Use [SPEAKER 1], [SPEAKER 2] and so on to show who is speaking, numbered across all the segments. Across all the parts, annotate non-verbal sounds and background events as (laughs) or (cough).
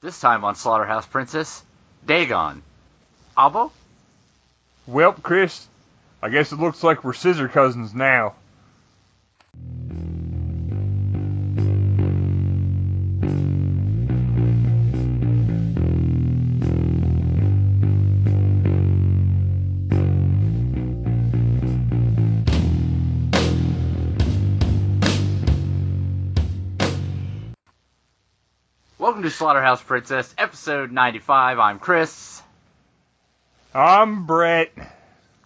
[SPEAKER 1] This time on Slaughterhouse Princess, Dagon. Abo?
[SPEAKER 2] Well, Chris, I guess it looks like we're scissor cousins now.
[SPEAKER 1] Welcome to Slaughterhouse Princess, episode 95. I'm Chris.
[SPEAKER 2] I'm Brett.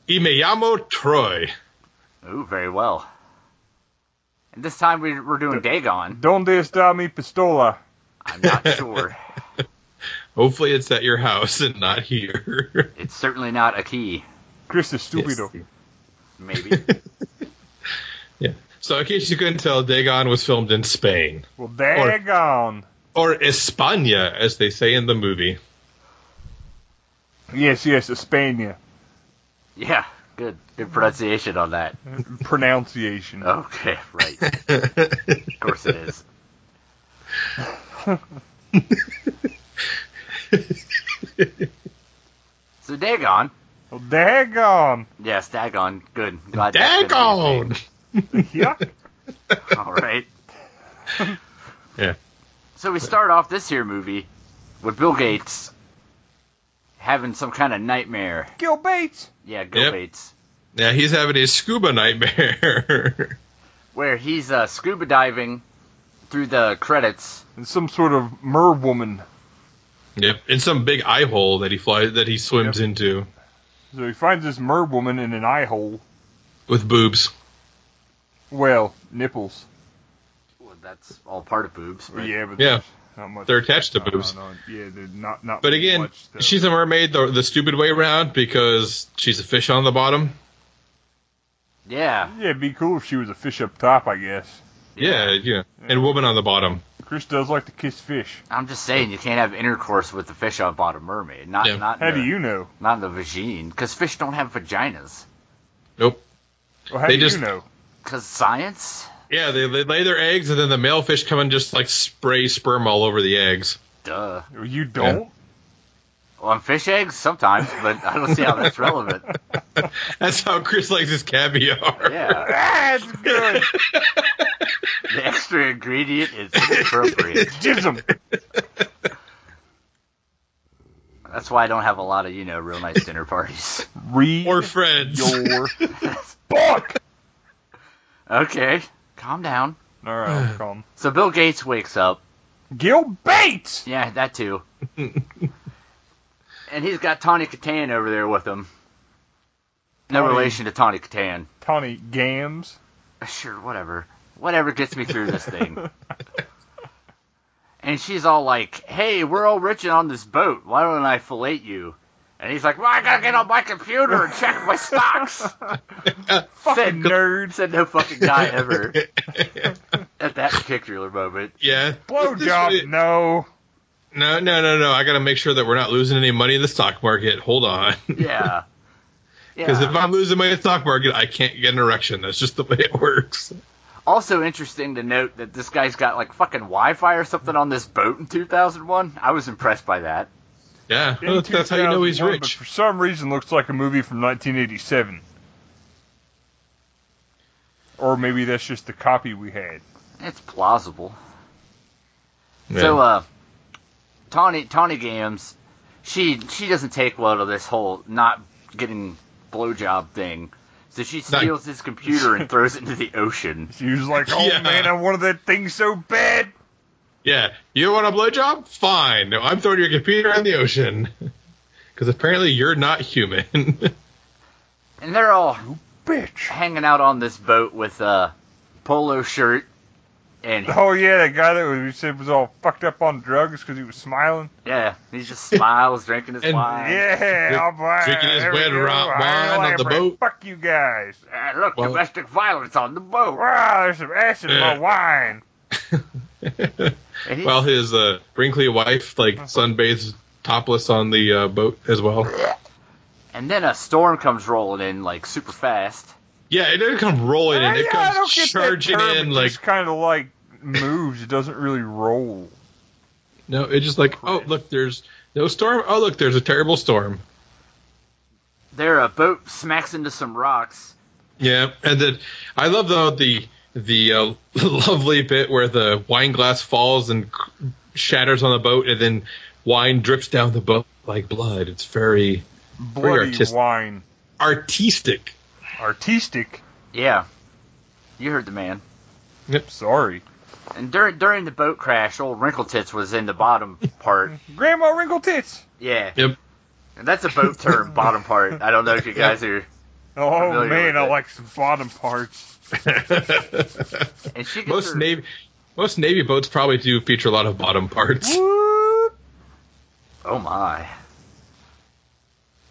[SPEAKER 3] Imeyamo Troy.
[SPEAKER 1] Ooh, very well. And this time we- we're doing Dagon.
[SPEAKER 2] Donde está mi pistola?
[SPEAKER 1] I'm (laughs) not sure.
[SPEAKER 3] Hopefully it's at your house and not here. (laughs)
[SPEAKER 1] It's certainly not a key,
[SPEAKER 2] Chris is stupido.
[SPEAKER 3] Yes.
[SPEAKER 1] (laughs) maybe.
[SPEAKER 3] yeah. So in case you couldn't tell, Dagon was filmed in Spain.
[SPEAKER 2] Well, daggone.
[SPEAKER 3] Or España, as they say in the movie.
[SPEAKER 2] Yes, yes, España.
[SPEAKER 1] yeah, good. Good pronunciation on that.
[SPEAKER 2] Pronunciation.
[SPEAKER 1] Okay, right. Of course it is. so Dagon.
[SPEAKER 2] Well, daggone.
[SPEAKER 1] Yes, Dagon. Good. Glad that's been on
[SPEAKER 3] (laughs) Dagon! (laughs)
[SPEAKER 1] your
[SPEAKER 2] Yuck.
[SPEAKER 1] page. (laughs) All right.
[SPEAKER 3] Yeah.
[SPEAKER 1] So we start off this here movie with Bill Gates having some kind of nightmare.
[SPEAKER 2] Gil Bates.
[SPEAKER 1] Yeah, Bill
[SPEAKER 3] Yep.
[SPEAKER 1] Gates.
[SPEAKER 3] Yeah, he's having a scuba nightmare. (laughs)
[SPEAKER 1] Where he's uh, scuba diving through the credits.
[SPEAKER 2] And some sort of merwoman.
[SPEAKER 3] yep. In some big eye hole that he flies that he swims into
[SPEAKER 2] So he finds this merwoman in an eye hole.
[SPEAKER 3] with boobs.
[SPEAKER 2] Well, nipples.
[SPEAKER 1] Well, that's all part of boobs, right?
[SPEAKER 2] Yeah, but
[SPEAKER 3] Yeah.
[SPEAKER 2] not much.
[SPEAKER 3] They're attached to
[SPEAKER 2] no, no,
[SPEAKER 3] boobs.
[SPEAKER 2] no. Yeah, they're not, not
[SPEAKER 3] But again,
[SPEAKER 2] much, though.
[SPEAKER 3] she's a mermaid the, the stupid way around because she's a fish on the bottom.
[SPEAKER 1] Yeah.
[SPEAKER 2] Yeah, it'd be cool if she was a fish up top, I guess.
[SPEAKER 3] Yeah, yeah. And woman on the bottom.
[SPEAKER 2] Chris does like to kiss fish.
[SPEAKER 1] I'm just saying you can't have intercourse with the fish on bottom mermaid. Not
[SPEAKER 3] Yeah.
[SPEAKER 1] not
[SPEAKER 2] How
[SPEAKER 1] in
[SPEAKER 2] do
[SPEAKER 1] the,
[SPEAKER 2] you know?
[SPEAKER 1] not in the vagine, because fish don't have vaginas.
[SPEAKER 3] Nope.
[SPEAKER 2] Well, how
[SPEAKER 3] They
[SPEAKER 2] do
[SPEAKER 3] just-
[SPEAKER 2] you know?
[SPEAKER 1] Because science,
[SPEAKER 3] Yeah, they, they lay their eggs, and then the male fish come and just like spray sperm all over the eggs.
[SPEAKER 1] duh.
[SPEAKER 2] Well, You don't?
[SPEAKER 1] Well, on fish eggs sometimes, but I don't see how that's
[SPEAKER 2] (laughs)
[SPEAKER 1] relevant.
[SPEAKER 3] That's how Chris likes his caviar.
[SPEAKER 2] (laughs)
[SPEAKER 1] Yeah,
[SPEAKER 2] That's Ah, good.
[SPEAKER 1] (laughs) the extra ingredient is
[SPEAKER 3] (laughs)
[SPEAKER 1] inappropriate.
[SPEAKER 2] Jism.
[SPEAKER 1] That's why I don't have a lot of you know real nice dinner parties. (laughs)
[SPEAKER 3] (laughs)
[SPEAKER 2] Read
[SPEAKER 3] Or friends. (laughs)
[SPEAKER 2] your book.
[SPEAKER 1] Okay, calm down.
[SPEAKER 2] All right, I'll calm.
[SPEAKER 1] So Bill Gates wakes up.
[SPEAKER 2] Gil Bates.
[SPEAKER 1] Yeah, that
[SPEAKER 2] (laughs)
[SPEAKER 1] too. and he's got Tawny Katan over there with him. No
[SPEAKER 2] Tawny.
[SPEAKER 1] relation to Tawny Katan.
[SPEAKER 2] Tawny Gams.
[SPEAKER 1] (laughs) sure, whatever. Whatever gets me through this thing. and she's all like, hey, we're all rich and on this boat. Why don't I fillet you? And he's like, well, I gotta get on my computer and check my stocks.
[SPEAKER 2] Fucking
[SPEAKER 1] Said-
[SPEAKER 2] nerds.
[SPEAKER 1] Said no fucking guy ever at that particular moment.
[SPEAKER 3] (laughs) yeah.
[SPEAKER 2] Blowjob. No.
[SPEAKER 3] No, no, no, no. I got to make sure that we're not losing any money in the stock market. Hold on.
[SPEAKER 1] Yeah. Yeah.
[SPEAKER 3] Because if I'm losing money in the stock market, I can't get an erection. That's just the way it works.
[SPEAKER 1] also interesting to note that this guy's got like fucking Wi-Fi or something on this boat in 2001. I was impressed by that.
[SPEAKER 3] Yeah.
[SPEAKER 2] In
[SPEAKER 3] That's, that's how you know he's
[SPEAKER 2] 2001, But
[SPEAKER 3] rich.
[SPEAKER 2] for some reason, looks like a movie from 1987. Or maybe that's just the copy we had.
[SPEAKER 1] It's plausible.
[SPEAKER 3] Yeah.
[SPEAKER 1] So, uh, Tawny Tawny Games, she she doesn't take well to this whole not getting blowjob thing. So she
[SPEAKER 3] No.
[SPEAKER 1] steals his computer
[SPEAKER 3] (laughs)
[SPEAKER 1] and throws it into the ocean.
[SPEAKER 2] She was like, "Oh
[SPEAKER 3] Yeah.
[SPEAKER 2] man, I wanted that thing so bad."
[SPEAKER 3] Yeah. You want a blowjob? Fine. No, I'm throwing your computer in the ocean. (laughs) Because apparently you're not human. (laughs)
[SPEAKER 1] And they're all
[SPEAKER 2] Bitch.
[SPEAKER 1] hanging out on this boat with a polo shirt
[SPEAKER 3] (laughs)
[SPEAKER 1] and
[SPEAKER 2] Oh yeah, that guy that we said was all fucked up on drugs because he was smiling.
[SPEAKER 1] yeah, he just smiles, drinking his
[SPEAKER 3] And-
[SPEAKER 1] wine.
[SPEAKER 2] Yeah, I'll buy
[SPEAKER 3] drinking his
[SPEAKER 2] there we
[SPEAKER 3] red
[SPEAKER 2] go.
[SPEAKER 3] ro-
[SPEAKER 2] I
[SPEAKER 3] wine on the
[SPEAKER 2] elaborate.
[SPEAKER 3] boat.
[SPEAKER 2] Fuck you guys.
[SPEAKER 1] Ah, look,
[SPEAKER 3] Well-
[SPEAKER 1] domestic violence on the boat.
[SPEAKER 2] Wow, there's some acid in my
[SPEAKER 3] Yeah.
[SPEAKER 2] wine.
[SPEAKER 1] And he's-
[SPEAKER 3] While his uh, wrinkly wife like
[SPEAKER 2] Uh-huh.
[SPEAKER 3] sunbathes topless on the uh, boat as well.
[SPEAKER 1] And then a storm comes rolling in like super fast.
[SPEAKER 3] Yeah, it doesn't come rolling in.
[SPEAKER 2] I,
[SPEAKER 3] It
[SPEAKER 2] Uh, I
[SPEAKER 3] comes
[SPEAKER 2] don't get that
[SPEAKER 3] charging
[SPEAKER 2] term.
[SPEAKER 3] in
[SPEAKER 2] It
[SPEAKER 3] like
[SPEAKER 2] just kind of like moves. It doesn't really roll.
[SPEAKER 3] No, it's just like, oh, look, there's no storm. Oh, look, there's a terrible storm.
[SPEAKER 1] Their uh, boat smacks into some rocks.
[SPEAKER 3] Yeah, and then I love though the the uh, (laughs) lovely bit where the wine glass falls and c- shatters on the boat, and then wine drips down the boat like blood. It's very
[SPEAKER 2] Bloody
[SPEAKER 3] artistic.
[SPEAKER 2] wine.
[SPEAKER 3] artistic.
[SPEAKER 2] Artistic.
[SPEAKER 1] Yeah, you heard the man.
[SPEAKER 2] Sorry.
[SPEAKER 1] And during during the boat crash, old Wrinkle Tits was in the bottom part.
[SPEAKER 2] Grandma wrinkle tits.
[SPEAKER 1] Yeah.
[SPEAKER 3] Yep.
[SPEAKER 1] And that's a boat
[SPEAKER 2] (laughs)
[SPEAKER 1] term, bottom part. I don't know if you guys are.
[SPEAKER 2] Oh
[SPEAKER 1] Familiar with
[SPEAKER 2] man, I
[SPEAKER 1] it.
[SPEAKER 2] like some bottom parts.
[SPEAKER 1] And she gets
[SPEAKER 3] most
[SPEAKER 1] her-
[SPEAKER 3] navy most navy boats probably do feature a lot of bottom parts.
[SPEAKER 2] Whoop.
[SPEAKER 1] Oh my.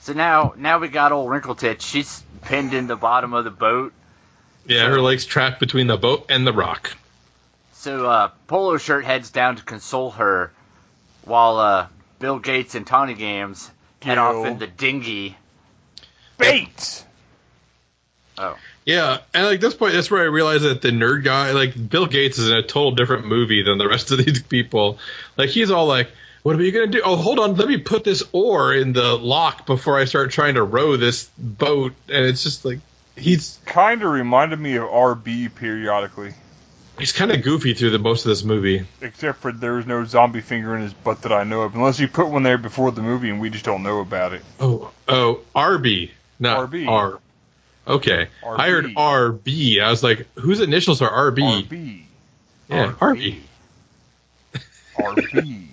[SPEAKER 1] So now now we got old Wrinkle Tits. She's pinned in the bottom of the boat.
[SPEAKER 3] Yeah, her legs trapped between the boat and the rock.
[SPEAKER 1] So uh, Polo Shirt heads down to console her, while uh, Bill Gates and Tawny Games head
[SPEAKER 2] Yo.
[SPEAKER 1] off in the dinghy.
[SPEAKER 2] Bates.
[SPEAKER 3] Yeah, and like this point, that's where I realized that the nerd guy, like Bill Gates, is in a total different movie than the rest of (laughs) these people. Like he's all like, "What are you gonna do? Oh, hold on, let me put this oar in the lock before I start trying to row this boat." And it's just like he's
[SPEAKER 2] Kind of reminded me of RB periodically,
[SPEAKER 3] he's kind of goofy through the most of this movie.
[SPEAKER 2] except for there was no zombie finger in his butt that I know of, unless you put one there before the movie and we just don't know about it.
[SPEAKER 3] Oh, oh, RB, not
[SPEAKER 2] RB.
[SPEAKER 3] R. Okay, I heard
[SPEAKER 2] RB.
[SPEAKER 3] RB. I was like, whose initials are RB?
[SPEAKER 2] RB.
[SPEAKER 3] Yeah, RB.
[SPEAKER 2] RB.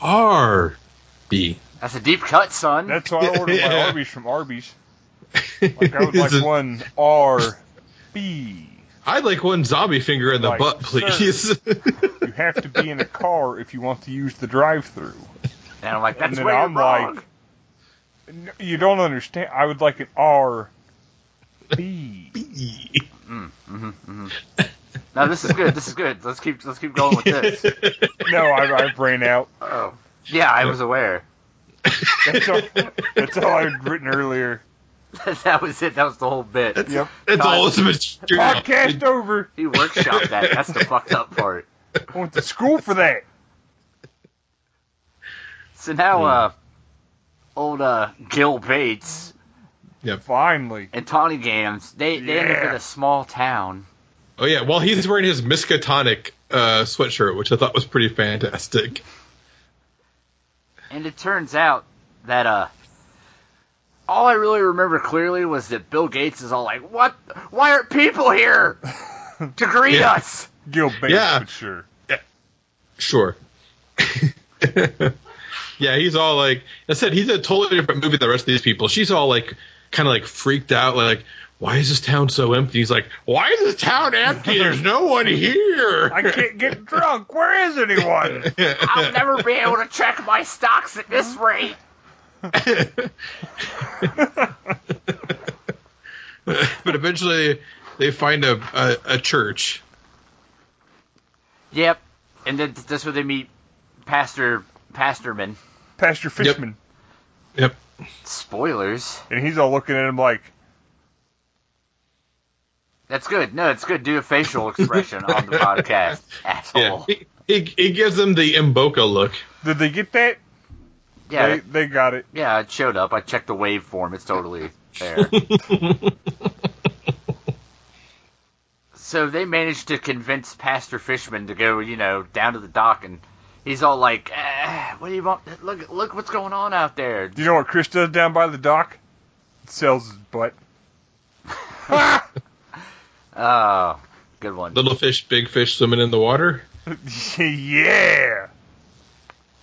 [SPEAKER 3] RB.
[SPEAKER 1] That's a deep cut, son.
[SPEAKER 2] That's why
[SPEAKER 3] (laughs)
[SPEAKER 2] I ordered my
[SPEAKER 3] Yeah.
[SPEAKER 2] Arby's from Arby's. Like
[SPEAKER 3] (laughs)
[SPEAKER 2] I would like one R B.
[SPEAKER 3] I'd like one zombie finger in the
[SPEAKER 2] Like,
[SPEAKER 3] butt, please.
[SPEAKER 2] You have to
[SPEAKER 3] (laughs)
[SPEAKER 2] be in a car if you want to use the drive-through.
[SPEAKER 1] and I'm like,
[SPEAKER 2] And
[SPEAKER 1] that's
[SPEAKER 2] then
[SPEAKER 1] where you're
[SPEAKER 2] I'm like-
[SPEAKER 1] wrong.
[SPEAKER 2] No, you don't understand. I would like an R B.
[SPEAKER 1] hmm hmm no, this is good. This is good. Let's keep let's keep going with
[SPEAKER 3] (laughs)
[SPEAKER 1] this.
[SPEAKER 2] (laughs) No, I, I brain out.
[SPEAKER 1] Oh, yeah, I was aware. (laughs)
[SPEAKER 2] That's all, that's all I had written earlier.
[SPEAKER 1] that was it. That was the whole bit.
[SPEAKER 2] Yep.
[SPEAKER 3] It's all
[SPEAKER 1] God.
[SPEAKER 3] it's material.
[SPEAKER 2] Podcast over.
[SPEAKER 1] He workshopped that. That's the fucked up part.
[SPEAKER 2] I went to school for that.
[SPEAKER 1] So now, uh, old uh, Gil Bates
[SPEAKER 2] Finally.
[SPEAKER 1] and Tawny Gams, they, they end up
[SPEAKER 2] Yeah.
[SPEAKER 1] in a small town.
[SPEAKER 3] Oh yeah, well he's wearing his Miskatonic uh, sweatshirt, which I thought was pretty fantastic.
[SPEAKER 1] And it turns out that, uh, all I really remember clearly was that Bill Gates is all like, what? Why aren't people here to greet
[SPEAKER 3] Yeah.
[SPEAKER 1] us?
[SPEAKER 2] Gil Bates,
[SPEAKER 3] Yeah.
[SPEAKER 2] but sure.
[SPEAKER 3] Sure. (laughs) yeah, he's all like I said, he's a totally different movie than the rest of these people. She's all like kind of like freaked out, like, why is this town so empty? He's like, Why is this town empty? There's
[SPEAKER 2] (laughs)
[SPEAKER 3] no one here.
[SPEAKER 2] I can't get drunk. Where is anyone?
[SPEAKER 3] (laughs)
[SPEAKER 1] I'll never be able to check my stocks at this rate.
[SPEAKER 3] (laughs) but eventually they find a, a, a church.
[SPEAKER 1] Yep. And then that's where they meet Pastor Pastorman.
[SPEAKER 2] Pastor Fishman.
[SPEAKER 3] Yep.
[SPEAKER 1] Spoilers.
[SPEAKER 2] And he's all looking at him like,
[SPEAKER 1] That's good. No, it's good. Do a
[SPEAKER 3] (laughs)
[SPEAKER 1] facial expression on the podcast,
[SPEAKER 3] Yeah.
[SPEAKER 1] asshole.
[SPEAKER 3] He, he, he gives them the Mboka look.
[SPEAKER 2] did they get that?
[SPEAKER 1] Yeah,
[SPEAKER 2] They, they got it.
[SPEAKER 1] yeah, it showed up. I checked the waveform. It's totally
[SPEAKER 3] (laughs)
[SPEAKER 1] there. so they managed to convince Pastor Fishman to go, you know, down to the dock, and he's all like, "Ah, "What do you want? Look, look, what's going on out there?"
[SPEAKER 2] Do you know what Chris does down by the dock? Sells his butt. (laughs) Ah!
[SPEAKER 1] Oh, good one.
[SPEAKER 3] Little fish, big fish swimming in the water.
[SPEAKER 2] yeah.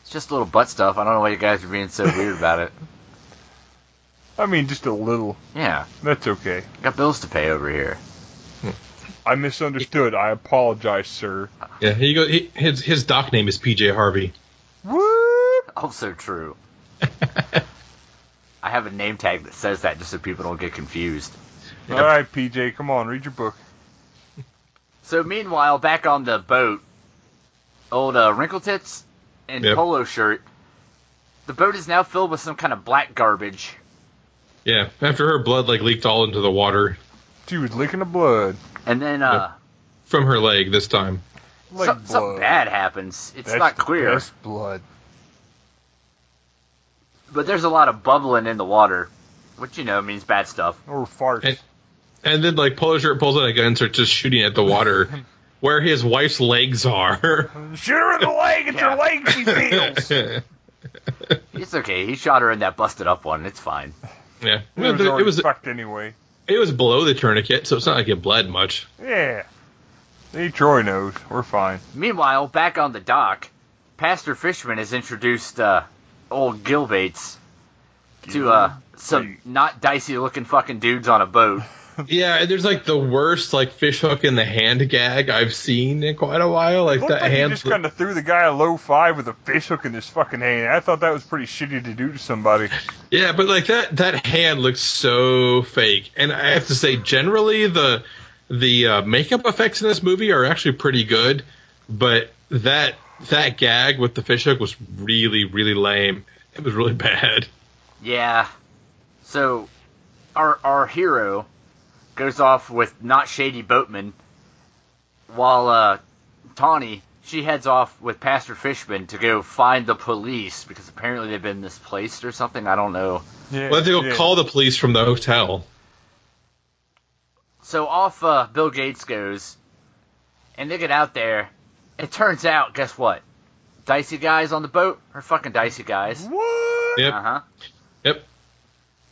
[SPEAKER 1] It's just little butt stuff. I don't know why you guys are being so weird about it.
[SPEAKER 2] I mean, just a little.
[SPEAKER 1] Yeah,
[SPEAKER 2] That's okay.
[SPEAKER 1] got bills to pay over here.
[SPEAKER 2] I misunderstood. I apologize, sir.
[SPEAKER 3] Yeah, he go. He, his his doc name is PJ Harvey.
[SPEAKER 2] Whoop.
[SPEAKER 1] Also true. I have a name tag that says that just so people don't get confused.
[SPEAKER 3] Yeah.
[SPEAKER 2] All right, PJ, come on, read your book.
[SPEAKER 1] So meanwhile, back on the boat, old uh, Wrinkle Tits and
[SPEAKER 3] Yep.
[SPEAKER 1] Polo Shirt, the boat is now filled with some kind of black garbage.
[SPEAKER 3] Yeah, after her blood like leaked all into the water
[SPEAKER 2] She was licking the blood.
[SPEAKER 1] And then, uh,
[SPEAKER 3] from her leg this time.
[SPEAKER 2] Like
[SPEAKER 1] Some- something
[SPEAKER 2] blood.
[SPEAKER 1] bad happens. It's
[SPEAKER 2] That's
[SPEAKER 1] not
[SPEAKER 2] the
[SPEAKER 1] clear,
[SPEAKER 2] Best blood.
[SPEAKER 1] but there's a lot of bubbling in the water, which you know means bad stuff.
[SPEAKER 2] Or farts.
[SPEAKER 3] And- And then like polo shirt pulls out a gun and starts just shooting at the water where his wife's legs are.
[SPEAKER 2] Shoot her in the leg. It's
[SPEAKER 1] Yeah.
[SPEAKER 2] her leg
[SPEAKER 1] (laughs)
[SPEAKER 2] she feels.
[SPEAKER 3] (laughs)
[SPEAKER 1] It's okay. He shot her in that busted up one. It's fine.
[SPEAKER 3] yeah.
[SPEAKER 2] it
[SPEAKER 3] Well,
[SPEAKER 2] was,
[SPEAKER 3] the-
[SPEAKER 2] already
[SPEAKER 3] it was
[SPEAKER 2] fucked anyway.
[SPEAKER 3] it was below the tourniquet, so it's not like it bled
[SPEAKER 2] (laughs)
[SPEAKER 3] much.
[SPEAKER 2] Yeah. Hey, Troy knows. We're fine.
[SPEAKER 1] Meanwhile, back on the dock, Pastor Fishman has introduced uh, old Gilbates to uh, some
[SPEAKER 2] Gilbate.
[SPEAKER 1] not dicey looking fucking dudes on a boat.
[SPEAKER 3] Yeah, and there's like the worst like fish hook in the hand gag I've seen in quite a while. Like
[SPEAKER 2] Looked
[SPEAKER 3] that
[SPEAKER 2] like he
[SPEAKER 3] hand
[SPEAKER 2] just kind of threw the guy a low five with a fish hook in his fucking hand. I thought that was pretty shitty to do to somebody.
[SPEAKER 3] Yeah, but like that that hand looks so fake, and I have to say, generally the the uh, makeup effects in this movie are actually pretty good, but that that gag with the fish hook was really really lame. It was really (laughs) bad.
[SPEAKER 1] Yeah. So, our our hero goes off with not shady boatman, while uh, Tawny she heads off with Pastor Fishman to go find the police because apparently they've been misplaced or something. I don't know.
[SPEAKER 2] Yeah,
[SPEAKER 3] Well, they go
[SPEAKER 2] yeah.
[SPEAKER 3] call the police from the hotel.
[SPEAKER 1] So off uh, Bill Gates goes, and they get out there. It turns out, guess what? Dicey guys on the boat are fucking dicey
[SPEAKER 2] Mm-hmm.
[SPEAKER 1] guys.
[SPEAKER 2] What?
[SPEAKER 3] Yep,
[SPEAKER 1] Uh huh.
[SPEAKER 3] yep.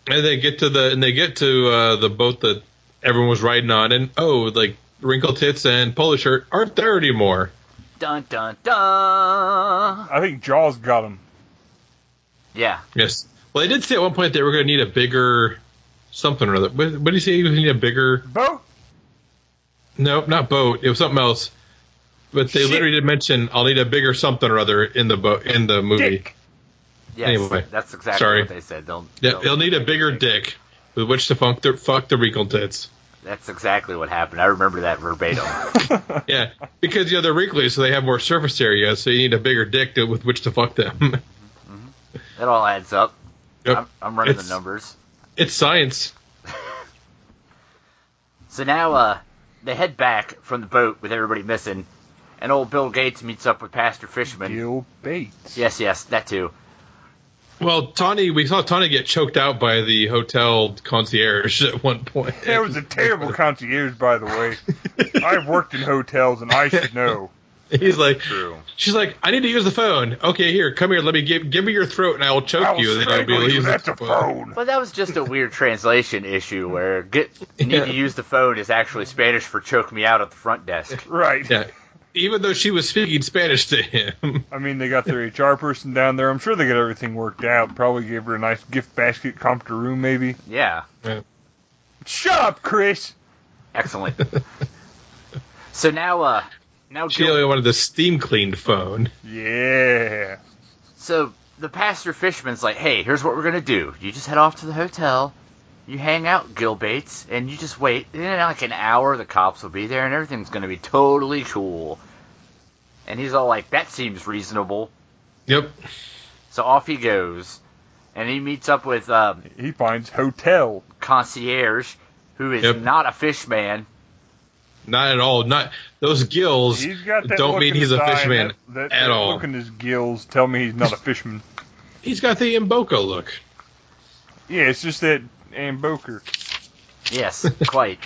[SPEAKER 3] And they get to the and they get to uh, the boat that everyone was riding on, and oh, like wrinkled tits and polo shirt aren't there anymore.
[SPEAKER 1] Dun dun dun.
[SPEAKER 2] I think Jaws got him.
[SPEAKER 1] Yeah.
[SPEAKER 3] Yes. Well, they did say at one point they were going to need a bigger something or other. What, what did he say? You need a bigger?
[SPEAKER 2] Boat?
[SPEAKER 3] No, not boat. It was something else. But they
[SPEAKER 2] Shit.
[SPEAKER 3] literally did mention I'll need a bigger something or other in the boat in the movie.
[SPEAKER 2] Dick. (laughs)
[SPEAKER 1] Yes,
[SPEAKER 3] Anyway,
[SPEAKER 1] that's exactly
[SPEAKER 3] sorry.
[SPEAKER 1] what they said. They'll,
[SPEAKER 3] They, will need a bigger dick with which to funk the, fuck the wrinkled tits.
[SPEAKER 1] That's exactly what happened. I remember that verbatim.
[SPEAKER 3] Yeah, because you know they're wrinkly, so they have more surface area. So you need a bigger dick to, with which to fuck them. (laughs)
[SPEAKER 1] it all adds up.
[SPEAKER 3] Yep.
[SPEAKER 1] I'm, I'm running
[SPEAKER 3] It's-
[SPEAKER 1] the numbers.
[SPEAKER 3] it's science.
[SPEAKER 1] So now uh, they head back from the boat with everybody missing, and old Bill Gates meets up with Pastor Fishman.
[SPEAKER 2] Gil Bates.
[SPEAKER 1] Yes, yes, that too.
[SPEAKER 3] Well, Tawny, we saw Tawny get choked out by the hotel concierge at one point.
[SPEAKER 2] That was a
[SPEAKER 3] (laughs)
[SPEAKER 2] terrible concierge, by the way. I've worked in hotels and I should
[SPEAKER 3] (laughs)
[SPEAKER 2] know.
[SPEAKER 3] He's like,
[SPEAKER 1] True.
[SPEAKER 3] She's like, I need to use the phone. Okay, here, come here. Let me give give me your throat, and I will choke
[SPEAKER 2] I will
[SPEAKER 3] you. And then I'll be
[SPEAKER 2] strangle you.
[SPEAKER 3] using
[SPEAKER 2] That's a phone.
[SPEAKER 1] But that was just a weird translation issue
[SPEAKER 3] (laughs)
[SPEAKER 1] where get need
[SPEAKER 3] Yeah.
[SPEAKER 1] to use the phone is actually Spanish for choke me out at the front
[SPEAKER 3] (laughs)
[SPEAKER 1] desk.
[SPEAKER 2] Right.
[SPEAKER 3] Yeah, even though she was speaking Spanish to him.
[SPEAKER 2] I mean, they got their HR person down there. I'm sure they got everything worked out. Probably gave her a nice gift basket, comped her room, maybe.
[SPEAKER 1] Yeah,
[SPEAKER 2] Shut up, Chris.
[SPEAKER 1] excellent. so now, uh, now
[SPEAKER 3] She
[SPEAKER 1] Gil-
[SPEAKER 3] only wanted the steam cleaned phone.
[SPEAKER 2] Yeah.
[SPEAKER 1] so the pastor fisherman's like, hey, here's what we're gonna do. You just head off to the hotel, you hang out, Gil Bates, and you just wait. And in like an hour, the cops will be there, and everything's gonna be totally cool. And he's all like, that seems reasonable.
[SPEAKER 3] Yep.
[SPEAKER 1] So off he goes, and he meets up with um,
[SPEAKER 2] He finds hotel.
[SPEAKER 1] concierge who is
[SPEAKER 3] Yep.
[SPEAKER 1] not a fish man.
[SPEAKER 3] Not at all. Not those gills
[SPEAKER 2] He's got that
[SPEAKER 3] don't
[SPEAKER 2] look
[SPEAKER 3] mean
[SPEAKER 2] in
[SPEAKER 3] he's
[SPEAKER 2] his
[SPEAKER 3] a
[SPEAKER 2] eye,
[SPEAKER 3] fisherman
[SPEAKER 2] that, that,
[SPEAKER 3] at
[SPEAKER 2] that
[SPEAKER 3] all.
[SPEAKER 2] Look in his gills. Tell me he's not a fisherman.
[SPEAKER 3] He's got the Imboco look.
[SPEAKER 2] yeah, it's just that Amboker.
[SPEAKER 1] Yes, quite.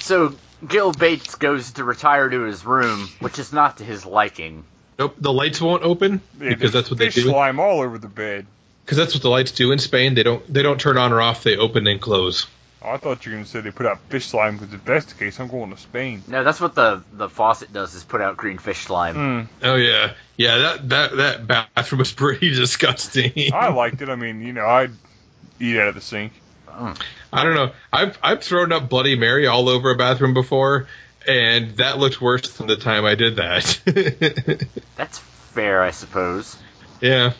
[SPEAKER 1] So Gil Bates goes to retire to his room, which is not to his liking.
[SPEAKER 3] Nope. The lights won't open
[SPEAKER 2] Yeah, there's
[SPEAKER 3] because that's what they
[SPEAKER 2] fish
[SPEAKER 3] do.
[SPEAKER 2] slime all over the bed.
[SPEAKER 3] Because that's what the lights do in Spain. They don't they don't turn on or off. They open and close.
[SPEAKER 2] Oh, I thought you were going to say they put out fish slime because if that's the case, I'm going to Spain.
[SPEAKER 1] No, that's what the the faucet does is put out green fish slime.
[SPEAKER 2] Mm,
[SPEAKER 3] Oh yeah, yeah. That that that bathroom was (laughs) pretty
[SPEAKER 2] (laughs)
[SPEAKER 3] disgusting. (laughs)
[SPEAKER 2] I liked it. I mean, you know, I'd eat out of the sink.
[SPEAKER 3] I don't know. I've I've thrown up Bloody Mary all over a bathroom before, and that looked worse than the time I did that. (laughs)
[SPEAKER 1] That's fair, I suppose.
[SPEAKER 3] yeah.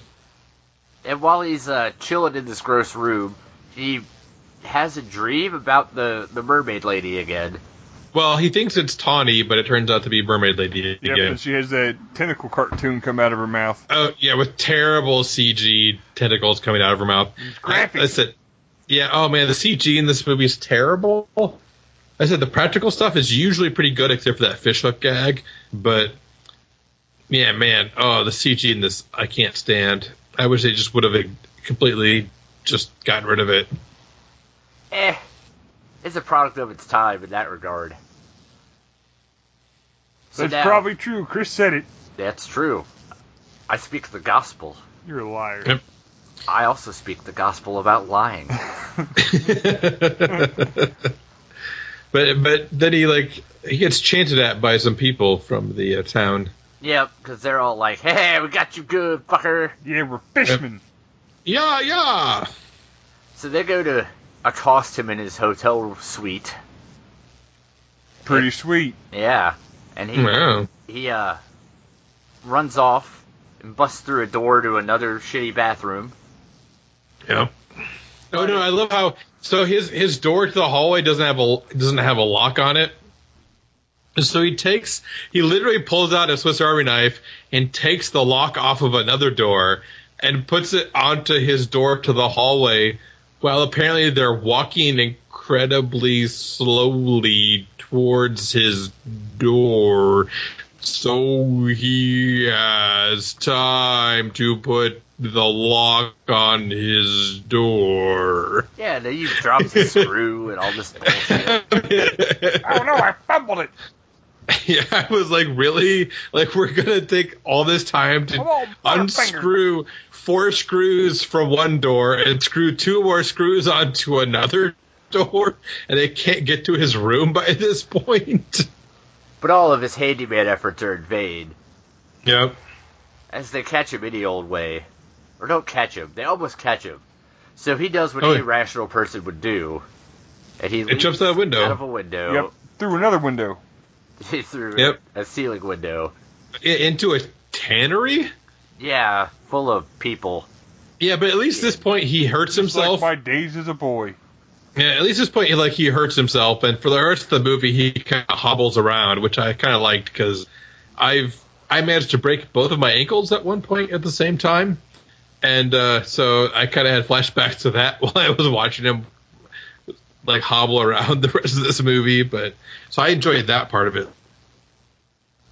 [SPEAKER 1] And while he's uh, chilling in this gross room, he has a dream about the the mermaid lady again.
[SPEAKER 3] Well, he thinks it's Tawny, but it turns out to be Mermaid Lady
[SPEAKER 2] Yep,
[SPEAKER 3] again.
[SPEAKER 2] and she has that tentacle cartoon come out of her mouth.
[SPEAKER 3] Oh yeah, with terrible CG tentacles coming out of her mouth.
[SPEAKER 2] graphic.
[SPEAKER 3] I- That's it. Yeah. Oh man, the CG in this movie is terrible. I said the practical stuff is usually pretty good, except for that fishhook gag. But yeah, man, oh the CG in this I can't stand. I wish they just would have completely just gotten rid of it. (laughs)
[SPEAKER 1] Eh, it's a product of its time in that regard. So
[SPEAKER 2] That's
[SPEAKER 1] now-
[SPEAKER 2] probably true. Chris said it.
[SPEAKER 1] that's true. I speak the gospel.
[SPEAKER 2] You're a liar.
[SPEAKER 3] Yep.
[SPEAKER 1] I also speak the gospel about lying.
[SPEAKER 3] but but then he like he gets chanted at by some people from the uh, town.
[SPEAKER 1] yeah, because they're all like, "Hey, we got you good, fucker."
[SPEAKER 2] Yeah, we're fishmen.
[SPEAKER 3] Yeah, yeah.
[SPEAKER 1] So they go to accost him in his hotel suite.
[SPEAKER 2] Pretty sweet.
[SPEAKER 1] Yeah, and he
[SPEAKER 3] Wow.
[SPEAKER 1] he uh runs off and busts through a door to another shitty bathroom.
[SPEAKER 3] Yeah. Oh no, I love how so his his door to the hallway doesn't have a doesn't have a lock on it. And so he takes he literally pulls out a Swiss Army knife and takes the lock off of another door and puts it onto his door to the hallway while apparently they're walking incredibly slowly towards his door. So he has time to put the lock on
[SPEAKER 1] (laughs)
[SPEAKER 3] his door.
[SPEAKER 1] Yeah, and then he drops a screw and all this bullshit.
[SPEAKER 2] Oh no, I fumbled it.
[SPEAKER 3] (laughs) Yeah, I was like, really? Like, we're gonna take all this time
[SPEAKER 2] Come
[SPEAKER 3] to
[SPEAKER 2] on, butterfinger.
[SPEAKER 3] unscrew four screws from one door and screw two more screws onto another door, and they can't get to his room by this point.
[SPEAKER 1] But all of his handyman efforts are in vain,
[SPEAKER 3] Yep.
[SPEAKER 1] as they catch him any old way. Or don't catch him, they almost catch him. So he does what
[SPEAKER 3] Oh,
[SPEAKER 1] any
[SPEAKER 3] yeah.
[SPEAKER 1] rational person would do. And he
[SPEAKER 3] It
[SPEAKER 1] leaps
[SPEAKER 3] jumps out a window.
[SPEAKER 1] out of a window (laughs)
[SPEAKER 2] Yep. Through another window.
[SPEAKER 1] through
[SPEAKER 3] Yep.
[SPEAKER 1] a ceiling window.
[SPEAKER 3] I- into a tannery?
[SPEAKER 1] Yeah, full of people.
[SPEAKER 3] Yeah, but at least this point he hurts
[SPEAKER 2] Just like
[SPEAKER 3] himself.
[SPEAKER 2] my days as a boy.
[SPEAKER 3] Yeah, at least this point, he, like he hurts himself, and for the rest of the movie, he kind of hobbles around, which I kind of liked because I've I managed to break both of my ankles at one point at the same time, and uh, so I kind of had flashbacks to that (laughs) while I was watching him like hobble around (laughs) the rest of this movie. But so I enjoyed that part of it.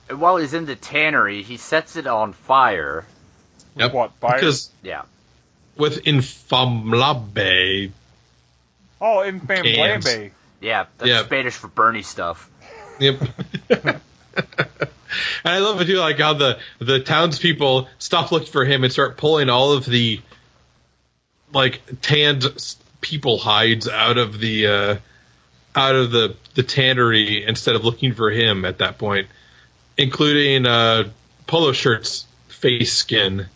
[SPEAKER 1] And while he's in the tannery, he sets it on fire.
[SPEAKER 3] Yep.
[SPEAKER 2] What? Fire?
[SPEAKER 3] Because
[SPEAKER 1] Yeah.
[SPEAKER 3] with Infamlabe,
[SPEAKER 2] oh, in Famblambe.
[SPEAKER 3] Cans.
[SPEAKER 1] Yeah, that's
[SPEAKER 3] Yeah.
[SPEAKER 1] Spanish for Bernie stuff.
[SPEAKER 3] Yep. (laughs) and I love it too, like how the the townspeople stop looking for him and start pulling all of the like tanned s- people hides out of the uh, out of the the tannery instead of looking for him at that point, including uh, polo shirts face skin.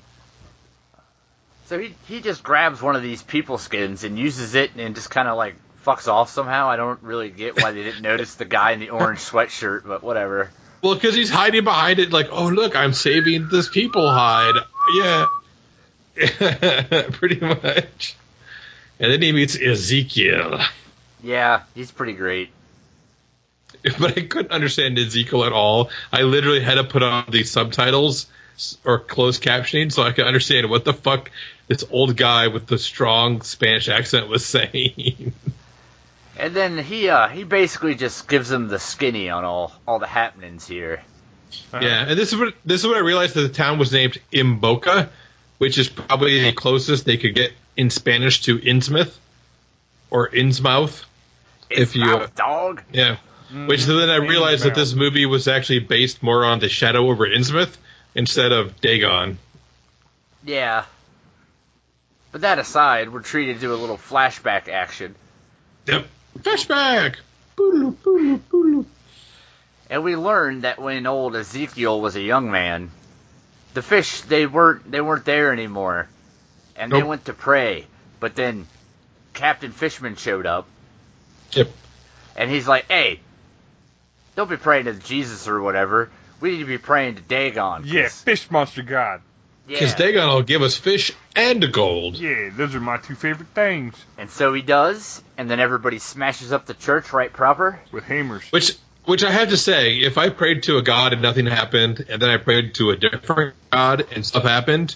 [SPEAKER 1] So he he just grabs one of these people skins and uses it and just kind of like fucks off somehow. I don't really get why they didn't (laughs) notice the guy in the orange sweatshirt, but whatever.
[SPEAKER 3] Well, because he's hiding behind it, like, oh look, I'm saving this people hide. Yeah, (laughs) pretty much. And then he meets Ezekiel, (laughs)
[SPEAKER 1] Yeah, he's pretty great.
[SPEAKER 3] but I couldn't understand Ezekiel at all. I literally had to put on the subtitles s- or closed captioning so I could understand what the fuck this old guy with the strong Spanish accent was (laughs) saying.
[SPEAKER 1] And then he uh he basically just gives them the skinny on all all the happenings here.
[SPEAKER 3] Yeah, and this is what this is what I realized that the town was named Imboca, which is probably the closest they could get in Spanish to Innsmouth or Innsmouth. If
[SPEAKER 1] It's
[SPEAKER 3] you-
[SPEAKER 1] mouth, dog.
[SPEAKER 3] Yeah. Which then I realized that this movie was actually based more on the Shadow over Innsmouth instead of Dagon.
[SPEAKER 1] Yeah. But that aside, we're treated to a little flashback action,
[SPEAKER 3] Yep. Flashback.
[SPEAKER 1] and we learn that when old Ezekiel was a young man, the fish they weren't they weren't there anymore, and they
[SPEAKER 3] Nope.
[SPEAKER 1] went to pray. But then Captain Fishman showed up,
[SPEAKER 3] Yep.
[SPEAKER 1] and he's like, "Hey, don't be praying to Jesus or whatever. We need to be praying to Dagon." 'cause-
[SPEAKER 2] Yeah, fish monster god.
[SPEAKER 1] yeah.
[SPEAKER 3] Because Dagon will give us fish and gold.
[SPEAKER 2] Yeah, those are my two favorite things
[SPEAKER 1] And so he does, and then everybody smashes up the church right proper.
[SPEAKER 2] with hammers.
[SPEAKER 3] Which which I have to say, if I prayed to a god and nothing happened, and then I prayed to a different god and stuff happened,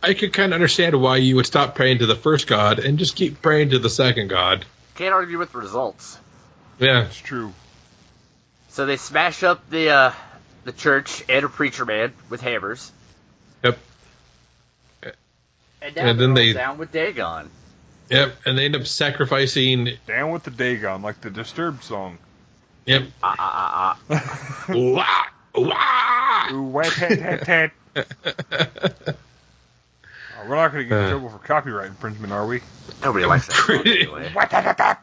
[SPEAKER 3] I could kind of understand why you would stop praying to the first god and just keep praying to the second god.
[SPEAKER 1] Can't argue with results.
[SPEAKER 3] Yeah.
[SPEAKER 2] That's true.
[SPEAKER 1] So they smash up the uh, the church and a preacher man with hammers,
[SPEAKER 3] Yep.
[SPEAKER 1] and, now
[SPEAKER 3] And
[SPEAKER 1] they're
[SPEAKER 3] then
[SPEAKER 1] all
[SPEAKER 3] they-
[SPEAKER 1] down with Dagon.
[SPEAKER 3] Yep. And they end up sacrificing.
[SPEAKER 2] Down with the Dagon, like the Disturbed song.
[SPEAKER 3] Yep.
[SPEAKER 1] Ah, ah, ah, ah.
[SPEAKER 3] Wah! Wah! (laughs)
[SPEAKER 2] Ooh, wah, tat, tat, tat. Uh, we're not going to get in
[SPEAKER 3] Uh.
[SPEAKER 2] trouble for copyright infringement, are we?
[SPEAKER 1] Nobody likes that. song
[SPEAKER 3] Pretty- (laughs)
[SPEAKER 1] anyway.
[SPEAKER 2] Wah, tat, tat, tat.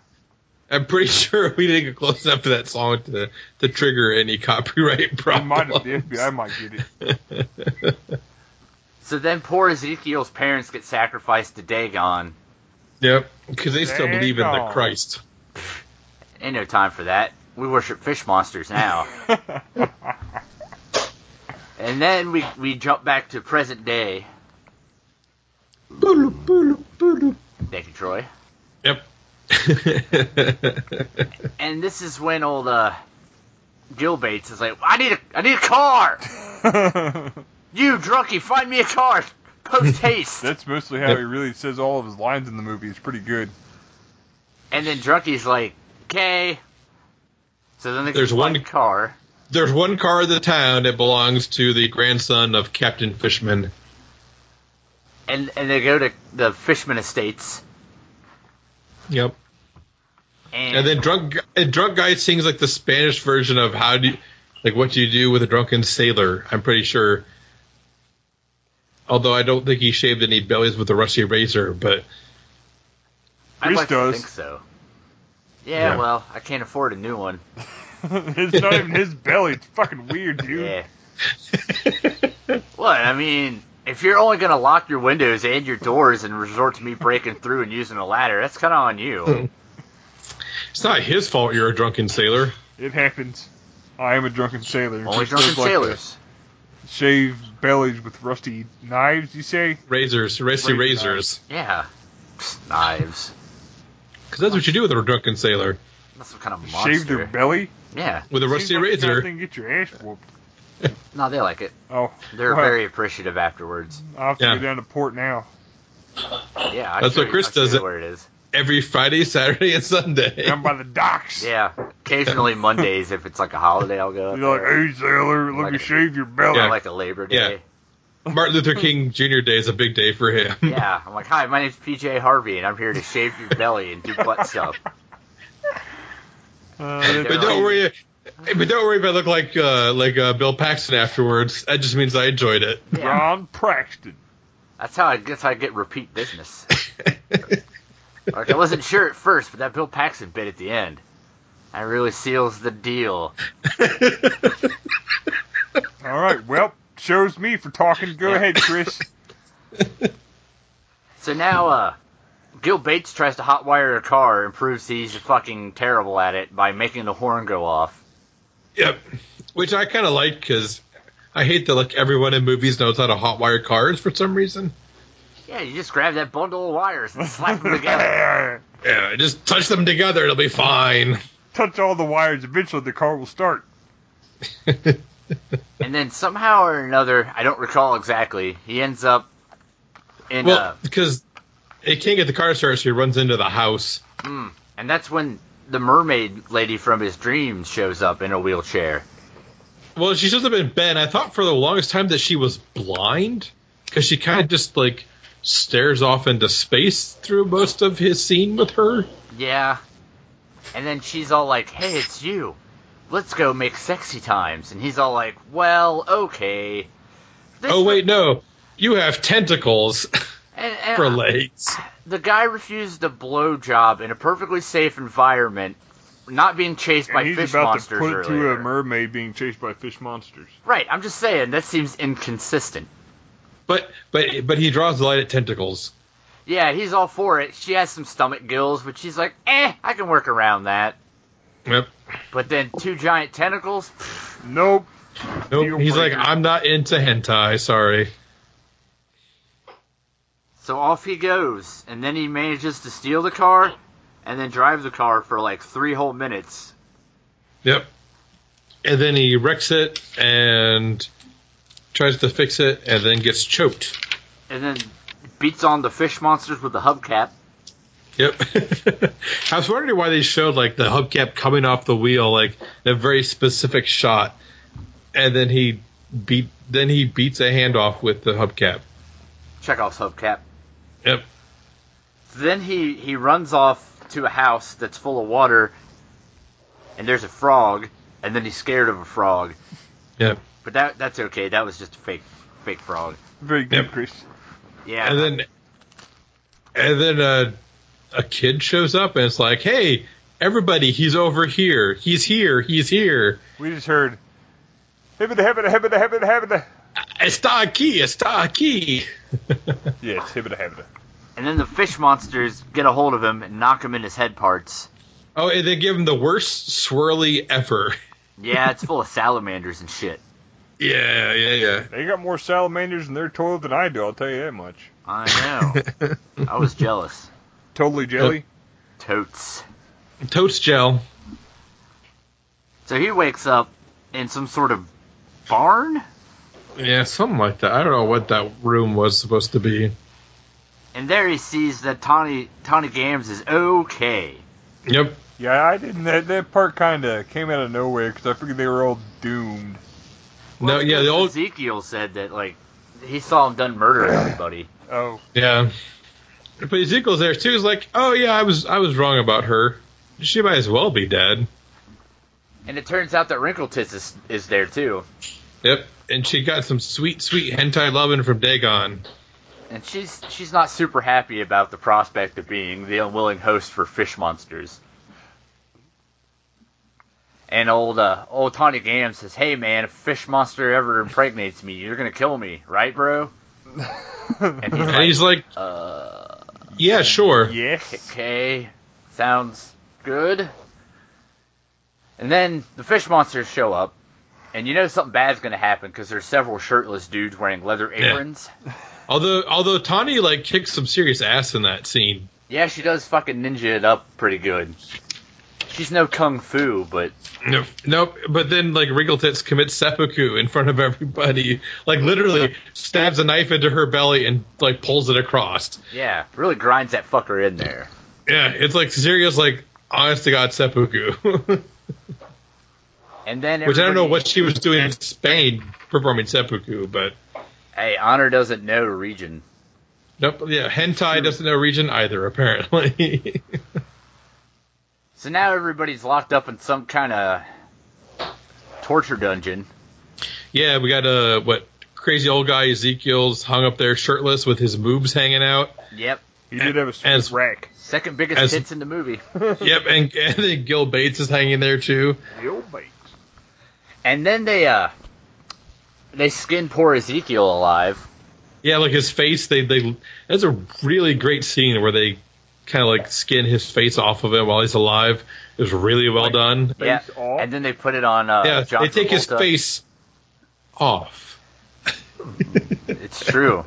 [SPEAKER 3] I'm pretty sure we didn't get close enough to that song to to trigger any copyright
[SPEAKER 2] We
[SPEAKER 3] problems.
[SPEAKER 2] might have, the FBI might get it. (laughs)
[SPEAKER 1] So then poor Ezekiel's parents get sacrificed to Dagon.
[SPEAKER 3] (laughs) Yep, because they still believe in the
[SPEAKER 2] Dagon.
[SPEAKER 3] Christ.
[SPEAKER 1] Ain't no time for that. We worship fish monsters
[SPEAKER 3] (laughs)
[SPEAKER 1] now. and then we, we jump back to present day.
[SPEAKER 3] Boodle, boodle, boodle.
[SPEAKER 1] Thank you, Troy.
[SPEAKER 3] Yep. (laughs)
[SPEAKER 1] And this is when old uh, Gil Bates is like, I need a I need a car. You drunkie, find me a car.
[SPEAKER 3] (laughs)
[SPEAKER 1] Post haste.
[SPEAKER 2] That's mostly how he really says all of his lines in the movie. It's pretty good. (laughs)
[SPEAKER 1] and then drunkie's like, okay. So then they
[SPEAKER 3] There's
[SPEAKER 1] find
[SPEAKER 3] one-
[SPEAKER 1] a car.
[SPEAKER 3] There's one car in the town that belongs to the grandson of Captain Fishman.
[SPEAKER 1] And, and they go to the Fishman Estates.
[SPEAKER 3] Yep.
[SPEAKER 1] And,
[SPEAKER 3] And then drunk and drunk guy sings like the Spanish version of how do you, like what do you do with a drunken sailor? I'm pretty sure. Although I don't think he shaved any bellies with a rusty razor, but
[SPEAKER 1] I'd like
[SPEAKER 2] Christos.
[SPEAKER 1] to think so. Yeah,
[SPEAKER 3] Yeah.
[SPEAKER 1] well, I can't afford a new one.
[SPEAKER 2] it's not even his belly. It's fucking weird, dude.
[SPEAKER 1] Yeah. What? I mean, if you're only going to lock your windows and your doors and resort to me breaking through and using a ladder, that's kind of on
[SPEAKER 3] (laughs)
[SPEAKER 1] you.
[SPEAKER 3] it's not his fault you're a drunken sailor.
[SPEAKER 2] It happens. I am a drunken sailor.
[SPEAKER 1] only
[SPEAKER 2] Just
[SPEAKER 1] drunken
[SPEAKER 2] goes like
[SPEAKER 1] sailors.
[SPEAKER 2] this. Shave bellies with rusty knives, you say?
[SPEAKER 3] Razors, rusty
[SPEAKER 2] Razor
[SPEAKER 3] razors.
[SPEAKER 1] Yeah. Psst, Knives.
[SPEAKER 3] Because that's what you do with a drunken sailor.
[SPEAKER 1] That's some kind of
[SPEAKER 2] Shave their
[SPEAKER 1] monster.
[SPEAKER 2] belly?
[SPEAKER 1] yeah.
[SPEAKER 3] With a
[SPEAKER 2] Seems
[SPEAKER 3] rusty
[SPEAKER 2] like the kind of
[SPEAKER 3] razor.
[SPEAKER 2] thing to get your ass whooped.
[SPEAKER 1] No, they like it.
[SPEAKER 2] Oh,
[SPEAKER 1] They're
[SPEAKER 2] well,
[SPEAKER 1] very appreciative afterwards.
[SPEAKER 2] I'll have to
[SPEAKER 3] Yeah.
[SPEAKER 2] go down to port
[SPEAKER 3] (laughs)
[SPEAKER 2] now.
[SPEAKER 1] Yeah. I
[SPEAKER 3] That's
[SPEAKER 1] show
[SPEAKER 3] what
[SPEAKER 1] you-
[SPEAKER 3] Chris
[SPEAKER 1] I show
[SPEAKER 3] does
[SPEAKER 1] you
[SPEAKER 3] it.
[SPEAKER 1] Where it is.
[SPEAKER 3] Every Friday, Saturday, and Sunday.
[SPEAKER 2] Down by the docks.
[SPEAKER 1] Yeah.
[SPEAKER 3] (laughs)
[SPEAKER 1] Occasionally Mondays, if it's like a holiday, I'll go. up
[SPEAKER 2] You're like,
[SPEAKER 1] there.
[SPEAKER 2] hey, sailor, let
[SPEAKER 1] Like
[SPEAKER 2] me
[SPEAKER 1] it.
[SPEAKER 2] shave your belly.
[SPEAKER 1] Or like a Labor Day.
[SPEAKER 3] Martin Luther King Jr. Day is a big day for him.
[SPEAKER 1] Yeah. I'm like, hi, my name's PJ Harvey, and I'm here to shave your belly and do
[SPEAKER 3] (laughs)
[SPEAKER 1] butt stuff.
[SPEAKER 2] Uh,
[SPEAKER 1] They're
[SPEAKER 3] (laughs) But don't worry. But don't worry if I look like uh, like uh, Bill Paxton afterwards. That just means I enjoyed it. (laughs)
[SPEAKER 1] Yeah.
[SPEAKER 2] John Praxton.
[SPEAKER 1] That's how I guess I get repeat business. Like I wasn't sure at first, but that Bill Paxton bit at the end. That really seals the deal.
[SPEAKER 2] All right, well, shows me for talking. Go
[SPEAKER 1] Yeah.
[SPEAKER 2] ahead, Chris.
[SPEAKER 1] So now, uh, Gil Bates tries to hotwire a car and proves he's fucking terrible at it by making the horn go off.
[SPEAKER 3] yep. Which I kind of like because I hate that like everyone in movies knows how to hotwire cars for some reason.
[SPEAKER 1] Yeah, you just grab that bundle of wires and (laughs) slap them
[SPEAKER 3] (laughs)
[SPEAKER 1] together.
[SPEAKER 3] Yeah, just touch them together. It'll be fine.
[SPEAKER 2] (laughs)
[SPEAKER 3] (laughs)
[SPEAKER 2] Touch all the wires. Eventually, the car will start.
[SPEAKER 1] And then somehow or another, I don't recall exactly, he ends up in uh,
[SPEAKER 3] Well,
[SPEAKER 1] a.
[SPEAKER 3] because it can't get the car started, so he runs into the house.
[SPEAKER 1] Mm, and that's when the mermaid lady from his dreams shows up in a wheelchair.
[SPEAKER 3] Well, she shows up in bed. and I thought for the longest time that she was blind because she kind of just like stares off into space through most of his scene with her. Oh,
[SPEAKER 1] Yeah. And then she's all like, hey, it's you. Let's go make sexy times. And he's all like, well, okay. This-
[SPEAKER 3] Oh wait, no, you have tentacles (laughs)
[SPEAKER 1] and, and
[SPEAKER 3] for legs.
[SPEAKER 1] The guy refused a blowjob in a perfectly safe environment, not being chased by
[SPEAKER 2] and he's
[SPEAKER 1] fish
[SPEAKER 2] about to
[SPEAKER 1] monsters
[SPEAKER 2] put it to
[SPEAKER 1] earlier.
[SPEAKER 2] a mermaid being chased by fish monsters.
[SPEAKER 1] right, I'm just saying, that seems inconsistent.
[SPEAKER 3] But but but he draws the line at tentacles.
[SPEAKER 1] Yeah, he's all for it. She has some stomach gills, but she's like, eh, I can work around that.
[SPEAKER 3] Yep.
[SPEAKER 1] But then two giant tentacles?
[SPEAKER 2] Nope. Deal
[SPEAKER 3] Nope. He's like,
[SPEAKER 2] breaker.
[SPEAKER 3] I'm not into hentai. Sorry.
[SPEAKER 1] So off he goes, and then he manages to steal the car, and then drive the car for like three whole minutes.
[SPEAKER 3] Yep. And then he wrecks it and tries to fix it, and then gets choked.
[SPEAKER 1] and then beats on the fish monsters with the hubcap.
[SPEAKER 3] Yep. (laughs) I was wondering why they showed like the hubcap coming off the wheel, like in a very specific shot, and then he beat then he beats a handoff with the hubcap.
[SPEAKER 1] Chekhov's hubcap.
[SPEAKER 3] Yep.
[SPEAKER 1] Then he he runs off to a house that's full of water, and there's a frog, and then he's scared of a frog.
[SPEAKER 3] Yep.
[SPEAKER 1] But that that's okay. That was just a fake fake frog.
[SPEAKER 2] Very good,
[SPEAKER 3] Yep.
[SPEAKER 2] Chris.
[SPEAKER 1] Yeah.
[SPEAKER 3] And then and then uh, a kid shows up and it's like, hey, everybody, he's over here. He's here. He's here.
[SPEAKER 2] We just heard. Heaven, heaven, heaven, heaven, heaven.
[SPEAKER 3] Está aquí. Está aquí. (laughs)
[SPEAKER 2] Yes, heaven, heaven.
[SPEAKER 1] and then the fish monsters get a hold of him and knock him in his head parts.
[SPEAKER 3] Oh, and they give him the worst swirly ever.
[SPEAKER 1] Yeah, it's full of (laughs) salamanders and shit.
[SPEAKER 3] Yeah, yeah,
[SPEAKER 2] They got more salamanders in their toilet than I do. I'll tell you that much.
[SPEAKER 1] I
[SPEAKER 3] yeah. (laughs)
[SPEAKER 1] know. I was jealous.
[SPEAKER 2] Totally jelly.
[SPEAKER 1] Totes.
[SPEAKER 3] Totes gel.
[SPEAKER 1] So he wakes up in some sort of barn,
[SPEAKER 3] Yeah, something like that. I don't know what that room was supposed to be.
[SPEAKER 1] and there he sees that Tawny Tawny Gams is okay.
[SPEAKER 3] Yep.
[SPEAKER 2] Yeah, I didn't. That, that part kind of came out of nowhere because I figured they were all doomed.
[SPEAKER 3] no, yeah, the old
[SPEAKER 1] Ezekiel said that like he saw him done murder everybody.
[SPEAKER 2] Oh,
[SPEAKER 3] yeah. But Ezekiel's there too. He's like, oh yeah, I was I was wrong about her. She might as well be dead.
[SPEAKER 1] And it turns out that Wrinkle Tits is, is there too.
[SPEAKER 3] Yep. And she got some sweet, sweet hentai loving from Dagon.
[SPEAKER 1] And she's she's not super happy about the prospect of being the unwilling host for fish monsters. And old uh, old Tawny Gam says, "Hey man, if a fish monster ever impregnates me, you're gonna kill me, right, bro?" And he's
[SPEAKER 3] (laughs) And
[SPEAKER 1] like,
[SPEAKER 3] he's like,
[SPEAKER 1] "Uh,
[SPEAKER 3] yeah, sure.
[SPEAKER 2] (laughs) yes.
[SPEAKER 1] okay, sounds good." And then the fish monsters show up, and you know something bad's gonna happen because there's several shirtless dudes wearing leather
[SPEAKER 3] Yeah.
[SPEAKER 1] aprons.
[SPEAKER 3] Although although Tawny like kicks some serious ass in that scene.
[SPEAKER 1] Yeah, she does fucking ninja it up pretty good. She's no kung fu, but
[SPEAKER 3] Nope. Nope. But then like Wrinkle Tits commits seppuku in front of everybody. Like literally stabs a knife into her belly and like pulls it across.
[SPEAKER 1] yeah, really grinds that fucker in there.
[SPEAKER 3] Yeah, it's like serious, like honest to god seppuku. (laughs) Which
[SPEAKER 1] And then
[SPEAKER 3] I don't know
[SPEAKER 1] everybody-
[SPEAKER 3] what she was doing in Spain performing seppuku, but
[SPEAKER 1] Hey, honor doesn't know region.
[SPEAKER 3] nope. Yeah, hentai doesn't know region either apparently. (laughs)
[SPEAKER 1] So now everybody's locked up in some kind of torture dungeon.
[SPEAKER 3] yeah, we got uh, what crazy old guy Ezekiel's hung up there shirtless with his boobs hanging out.
[SPEAKER 1] Yep,
[SPEAKER 2] He did have a sweet
[SPEAKER 3] As-
[SPEAKER 2] rack. (laughs)
[SPEAKER 1] second biggest
[SPEAKER 3] As-
[SPEAKER 1] hits in the movie.
[SPEAKER 3] yep, and, and then Gil Bates is hanging there too.
[SPEAKER 2] Yo, mate.
[SPEAKER 1] and then they uh they skin poor Ezekiel alive.
[SPEAKER 3] Yeah, like his face. They they that's a really great scene where they kind of like skin his face off of him while he's alive. It was really well done.
[SPEAKER 2] Face
[SPEAKER 1] yeah,
[SPEAKER 2] off?
[SPEAKER 1] and then they put it on. Uh,
[SPEAKER 3] yeah,
[SPEAKER 1] John
[SPEAKER 3] they take his
[SPEAKER 1] Travolta.
[SPEAKER 3] face off.
[SPEAKER 1] It's true.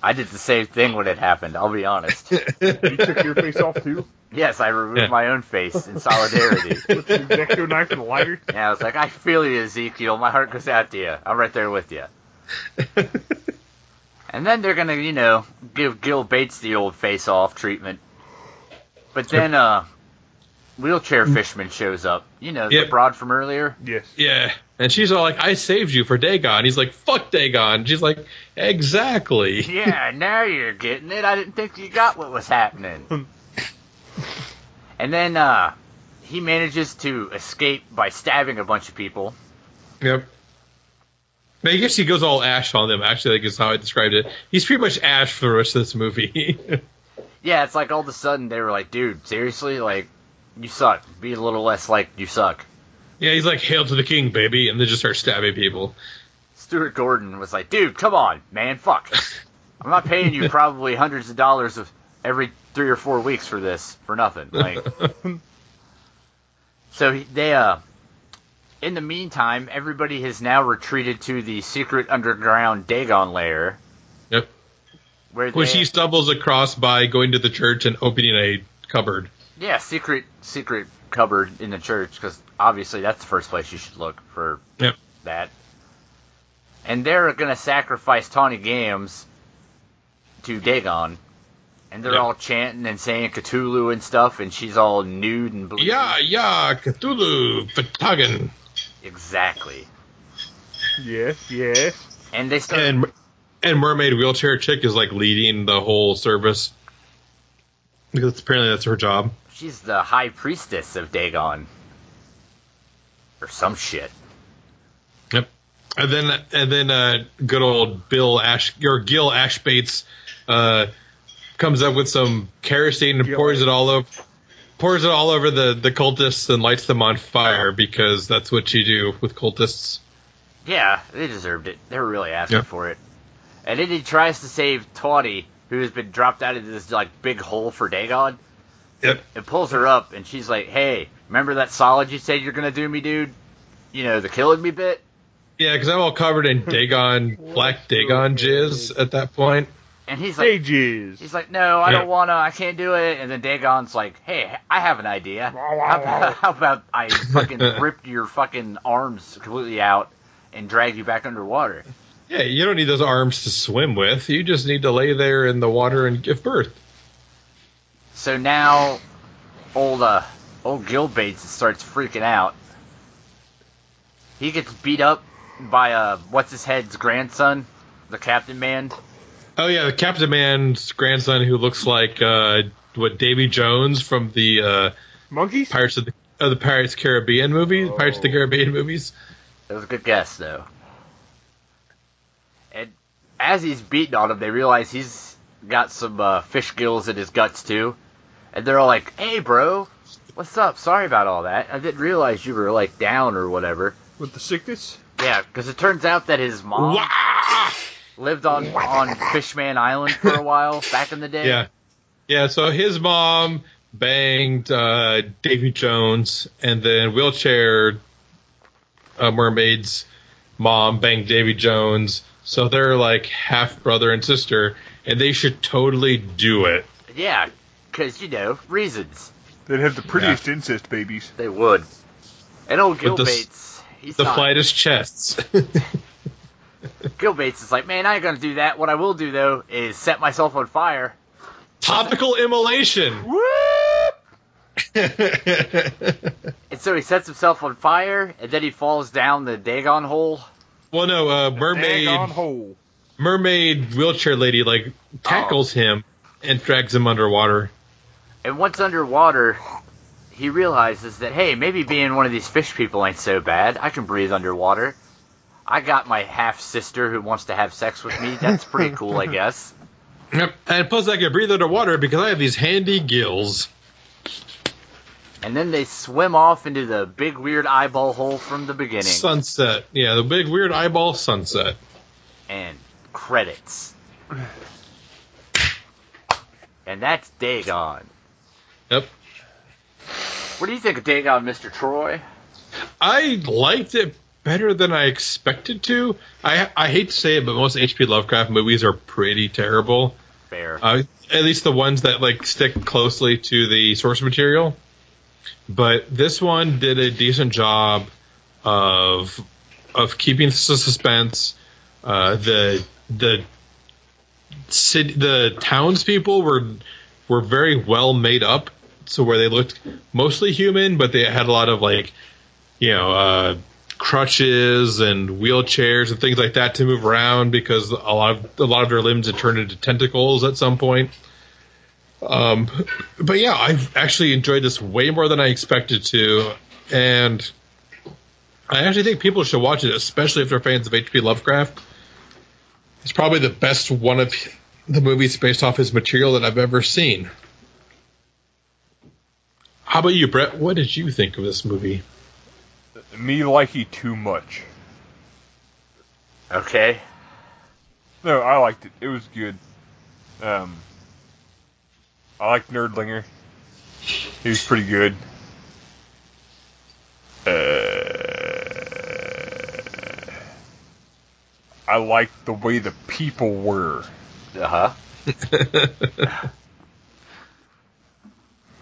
[SPEAKER 1] I did the same thing when it happened. I'll be
[SPEAKER 3] (laughs)
[SPEAKER 1] honest.
[SPEAKER 2] You took your face off too? (laughs)
[SPEAKER 1] Yes, I removed
[SPEAKER 3] Yeah.
[SPEAKER 1] my own face in
[SPEAKER 3] (laughs)
[SPEAKER 1] solidarity.
[SPEAKER 2] With your Necto knife and lighter?
[SPEAKER 1] and I was like, I feel you, Ezekiel. My heart goes out to you. I'm right there with you. and then they're gonna, you know, give Gil Bates the old face-off treatment. But then, uh, wheelchair fishman shows up. You know,
[SPEAKER 3] Yep.
[SPEAKER 1] the broad from earlier.
[SPEAKER 2] Yes.
[SPEAKER 3] (laughs) yeah. And she's all like, I saved you for Dagon. He's like, fuck Dagon. She's like, exactly.
[SPEAKER 1] Yeah, now you're getting it. I didn't think you got what was happening. and then, uh, he manages to escape by stabbing a bunch of people.
[SPEAKER 3] Yep. But I guess he goes all ash on them, actually, I think is how I described it. He's pretty much ash for the rest of this movie. (laughs)
[SPEAKER 1] Yeah, it's like all of a sudden they were like, dude, seriously? Like, you suck. Be a little less like you suck.
[SPEAKER 3] yeah, he's like, hail to the king, baby. And they just start stabbing people.
[SPEAKER 1] Stuart Gordon was like, dude, come on, man, fuck. I'm not paying
[SPEAKER 3] (laughs)
[SPEAKER 1] you probably hundreds of dollars of every three or four weeks for this for nothing.
[SPEAKER 3] (laughs)
[SPEAKER 1] Like, so he, they, uh, in the meantime, everybody has now retreated to the secret underground Dagon lair.
[SPEAKER 3] Yep.
[SPEAKER 1] Where they,
[SPEAKER 3] Which he stumbles across by going to the church and opening a cupboard.
[SPEAKER 1] yeah, secret secret cupboard in the church because obviously that's the first place you should look for
[SPEAKER 3] Yep.
[SPEAKER 1] that. And they're going to sacrifice Tawny Gams to Dagon. and they're
[SPEAKER 3] Yeah.
[SPEAKER 1] all chanting and saying Cthulhu and stuff, and she's all nude and bleeding.
[SPEAKER 3] Yeah, yeah, Cthulhu, Fatagan.
[SPEAKER 1] exactly.
[SPEAKER 2] Yes, yes.
[SPEAKER 1] And they start.
[SPEAKER 3] And and Mermaid Wheelchair Chick is like leading the whole service because apparently that's her job.
[SPEAKER 1] she's the high priestess of Dagon, or some shit.
[SPEAKER 3] Yep. And then and then uh, good old Bill Ash or Gil Ash Bates uh, comes up with some kerosene and
[SPEAKER 2] Gil.
[SPEAKER 3] pours it all over pours it all over the the cultists and lights them on fire because that's what you do with cultists.
[SPEAKER 1] Yeah, they deserved it. They were really asking
[SPEAKER 3] Yeah.
[SPEAKER 1] for it. And then he tries to save Tawny, who has been dropped out of this like big hole for Dagon.
[SPEAKER 3] Yep.
[SPEAKER 1] It pulls her up, and she's like, "Hey, remember that solid you said you're gonna do me, dude? You know the killing me bit."
[SPEAKER 3] Yeah, because I'm all covered in Dagon black Dagon jizz at that point.
[SPEAKER 1] And he's like,
[SPEAKER 2] Ages.
[SPEAKER 1] He's like, no, I
[SPEAKER 3] Yeah.
[SPEAKER 1] don't wanna, I can't do it. And then Dagon's like, hey, I have an idea.
[SPEAKER 2] Wow, wow,
[SPEAKER 1] How about, how about I
[SPEAKER 3] (laughs)
[SPEAKER 1] fucking rip your fucking arms completely out and drag you back underwater?
[SPEAKER 3] Yeah, you don't need those arms to swim with. You just need to lay there in the water and give birth.
[SPEAKER 1] So now, old uh, old Gil Bates starts freaking out. He gets beat up by uh, what's his head's grandson, the Captain Man.
[SPEAKER 3] Oh yeah, the Captain Man's grandson who looks like uh, what Davy Jones from the uh,
[SPEAKER 2] Monkeys?
[SPEAKER 3] Pirates of the of the Pirates Caribbean movies, Pirates of the
[SPEAKER 1] Oh.
[SPEAKER 3] Caribbean movies.
[SPEAKER 1] That was a good guess though. And as he's beating on him, they realize he's got some uh, fish gills in his guts too, and they're all like, "Hey, bro, what's up? Sorry about all that. I didn't realize you were like down or whatever."
[SPEAKER 2] With the sickness?
[SPEAKER 1] Yeah, because it turns out that his mom.
[SPEAKER 3] Wah!
[SPEAKER 1] lived on on Fishman Island for a while back in the day.
[SPEAKER 3] Yeah, yeah. So his mom banged uh, Davy Jones, and then wheelchair uh, mermaid's mom banged Davy Jones. So they're like half brother and sister, and they should totally do it.
[SPEAKER 1] Yeah, because you know reasons
[SPEAKER 2] They'd have the prettiest incest babies.
[SPEAKER 1] they would. And old Gil
[SPEAKER 3] With the s-
[SPEAKER 1] Bates, he's
[SPEAKER 3] The
[SPEAKER 1] not,
[SPEAKER 3] flightest chests.
[SPEAKER 1] Gil Bates is like, man, I ain't gonna do that. What I will do though is set myself on fire.
[SPEAKER 2] (laughs)
[SPEAKER 3] Topical immolation.
[SPEAKER 2] Whoop!
[SPEAKER 1] And so he sets himself on fire, and then he falls down the Dagon hole.
[SPEAKER 3] well, no, uh,
[SPEAKER 2] on
[SPEAKER 3] mermaid,
[SPEAKER 2] hole.
[SPEAKER 3] mermaid wheelchair lady like tackles him and drags him underwater.
[SPEAKER 1] And once underwater, he realizes that hey, maybe being one of these fish people ain't so bad. I can breathe underwater. I got my half sister who wants to have sex with me. That's pretty cool, I guess.
[SPEAKER 3] Yep. And plus, I can breathe underwater because I have these handy gills.
[SPEAKER 1] And then they swim off into the big weird eyeball hole from the beginning.
[SPEAKER 3] Sunset. Yeah, the big weird eyeball sunset.
[SPEAKER 1] and credits. And that's Dagon.
[SPEAKER 3] Yep.
[SPEAKER 1] What do you think of Dagon, Mr. Troy?
[SPEAKER 3] I liked it better than I expected to. I I hate to say it, but most H.P. Lovecraft movies are pretty terrible.
[SPEAKER 1] Fair.
[SPEAKER 3] Uh, at least the ones that like stick closely to the source material. But this one did a decent job of of keeping the suspense. Uh, the the city, the townspeople were were very well made up, so where they looked mostly human, but they had a lot of like you know uh, crutches and wheelchairs and things like that to move around because a lot of a lot of their limbs had turned into tentacles at some point. Um, but yeah, I've actually enjoyed this way more than I expected to, and I actually think people should watch it, especially if they're fans of H.P. Lovecraft. It's probably the best one of the movies based off his material that I've ever seen. How about you, Brett? What did you think of this movie? (laughs)
[SPEAKER 2] Me likey too much.
[SPEAKER 1] okay.
[SPEAKER 2] No, I liked it. It was good. Um, I liked Nerdlinger. He was pretty good. Uh, I liked the way the people were.
[SPEAKER 1] Uh huh.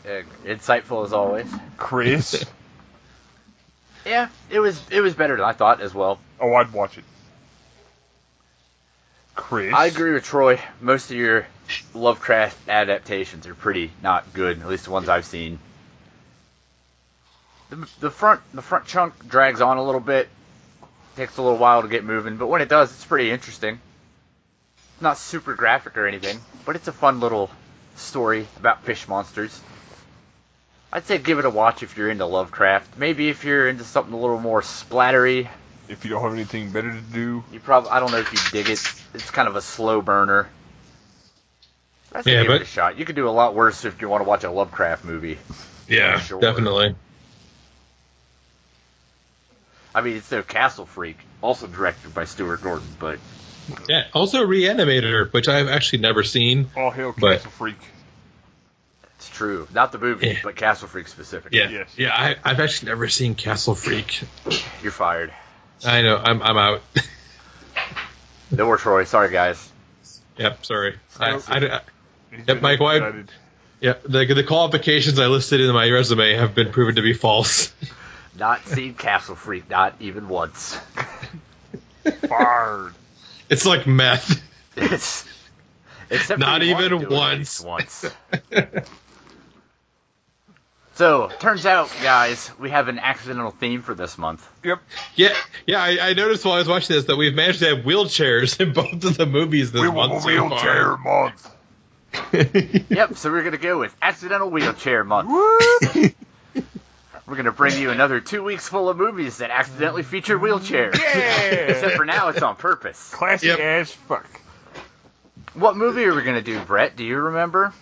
[SPEAKER 1] Uh, Insightful as always. (laughs)
[SPEAKER 2] Chris.
[SPEAKER 1] Yeah, it was it was better than I thought as well.
[SPEAKER 2] oh, I'd watch it. Chris.
[SPEAKER 1] I agree with Troy. Most of your Lovecraft adaptations are pretty not good, at least the ones I've seen. The, the front the front chunk drags on a little bit, takes a little while to get moving, but when it does, it's pretty interesting. It's not super graphic or anything, but it's a fun little story about fish monsters. I'd say give it a watch if you're into Lovecraft. Maybe if you're into something a little more splattery,
[SPEAKER 2] If you don't have anything better to do,
[SPEAKER 1] you probably I don't know if you dig it. It's kind of a slow burner. I say
[SPEAKER 3] Yeah,
[SPEAKER 1] give
[SPEAKER 3] but-
[SPEAKER 1] it a shot. You could do a lot worse if you want to watch a Lovecraft movie.
[SPEAKER 3] Yeah,
[SPEAKER 1] Sure.
[SPEAKER 3] definitely.
[SPEAKER 1] I mean, it's their Castle Freak, also directed by Stuart Gordon, but
[SPEAKER 3] Yeah. Also, Reanimator, which I've actually never seen.
[SPEAKER 2] all hail Castle
[SPEAKER 3] But-
[SPEAKER 2] Freak.
[SPEAKER 1] it's true. Not the movie,
[SPEAKER 3] Yeah.
[SPEAKER 1] but Castle Freak specifically.
[SPEAKER 3] Yeah.
[SPEAKER 2] Yes.
[SPEAKER 3] Yeah, I, I've actually never seen Castle Freak.
[SPEAKER 1] You're fired.
[SPEAKER 3] I know. I'm I'm out. (laughs)
[SPEAKER 1] No more Troy. Sorry, guys.
[SPEAKER 3] yep. Sorry. I, I, I-
[SPEAKER 2] He's
[SPEAKER 3] Yep,
[SPEAKER 2] been
[SPEAKER 3] Mike, why-
[SPEAKER 2] excited.
[SPEAKER 3] yep. The the qualifications I listed in my resume have been proven to be false. (laughs)
[SPEAKER 1] Not seen Castle Freak, not even once. (laughs)
[SPEAKER 2] Fired.
[SPEAKER 3] It's like meth. (laughs)
[SPEAKER 1] It's, except
[SPEAKER 3] Not
[SPEAKER 1] for you wanted
[SPEAKER 3] even
[SPEAKER 1] to at
[SPEAKER 3] once.
[SPEAKER 1] least Once. so turns out, guys, we have an accidental theme for this month.
[SPEAKER 2] Yep.
[SPEAKER 3] Yeah, yeah. I, I noticed while I was watching this that we've managed to have wheelchairs in both of the movies this
[SPEAKER 2] We
[SPEAKER 3] month.
[SPEAKER 2] will
[SPEAKER 3] so (laughs)
[SPEAKER 2] wheelchair
[SPEAKER 3] far.
[SPEAKER 2] month.
[SPEAKER 1] Yep. So we're gonna go with accidental wheelchair month.
[SPEAKER 2] (laughs)
[SPEAKER 1] We're gonna bring you another two weeks full of movies that accidentally feature wheelchairs. Except
[SPEAKER 2] Yeah.
[SPEAKER 1] for now, it's on purpose.
[SPEAKER 2] Classy
[SPEAKER 3] Yep.
[SPEAKER 2] as fuck.
[SPEAKER 1] What movie are we gonna do, Brett? Do you remember?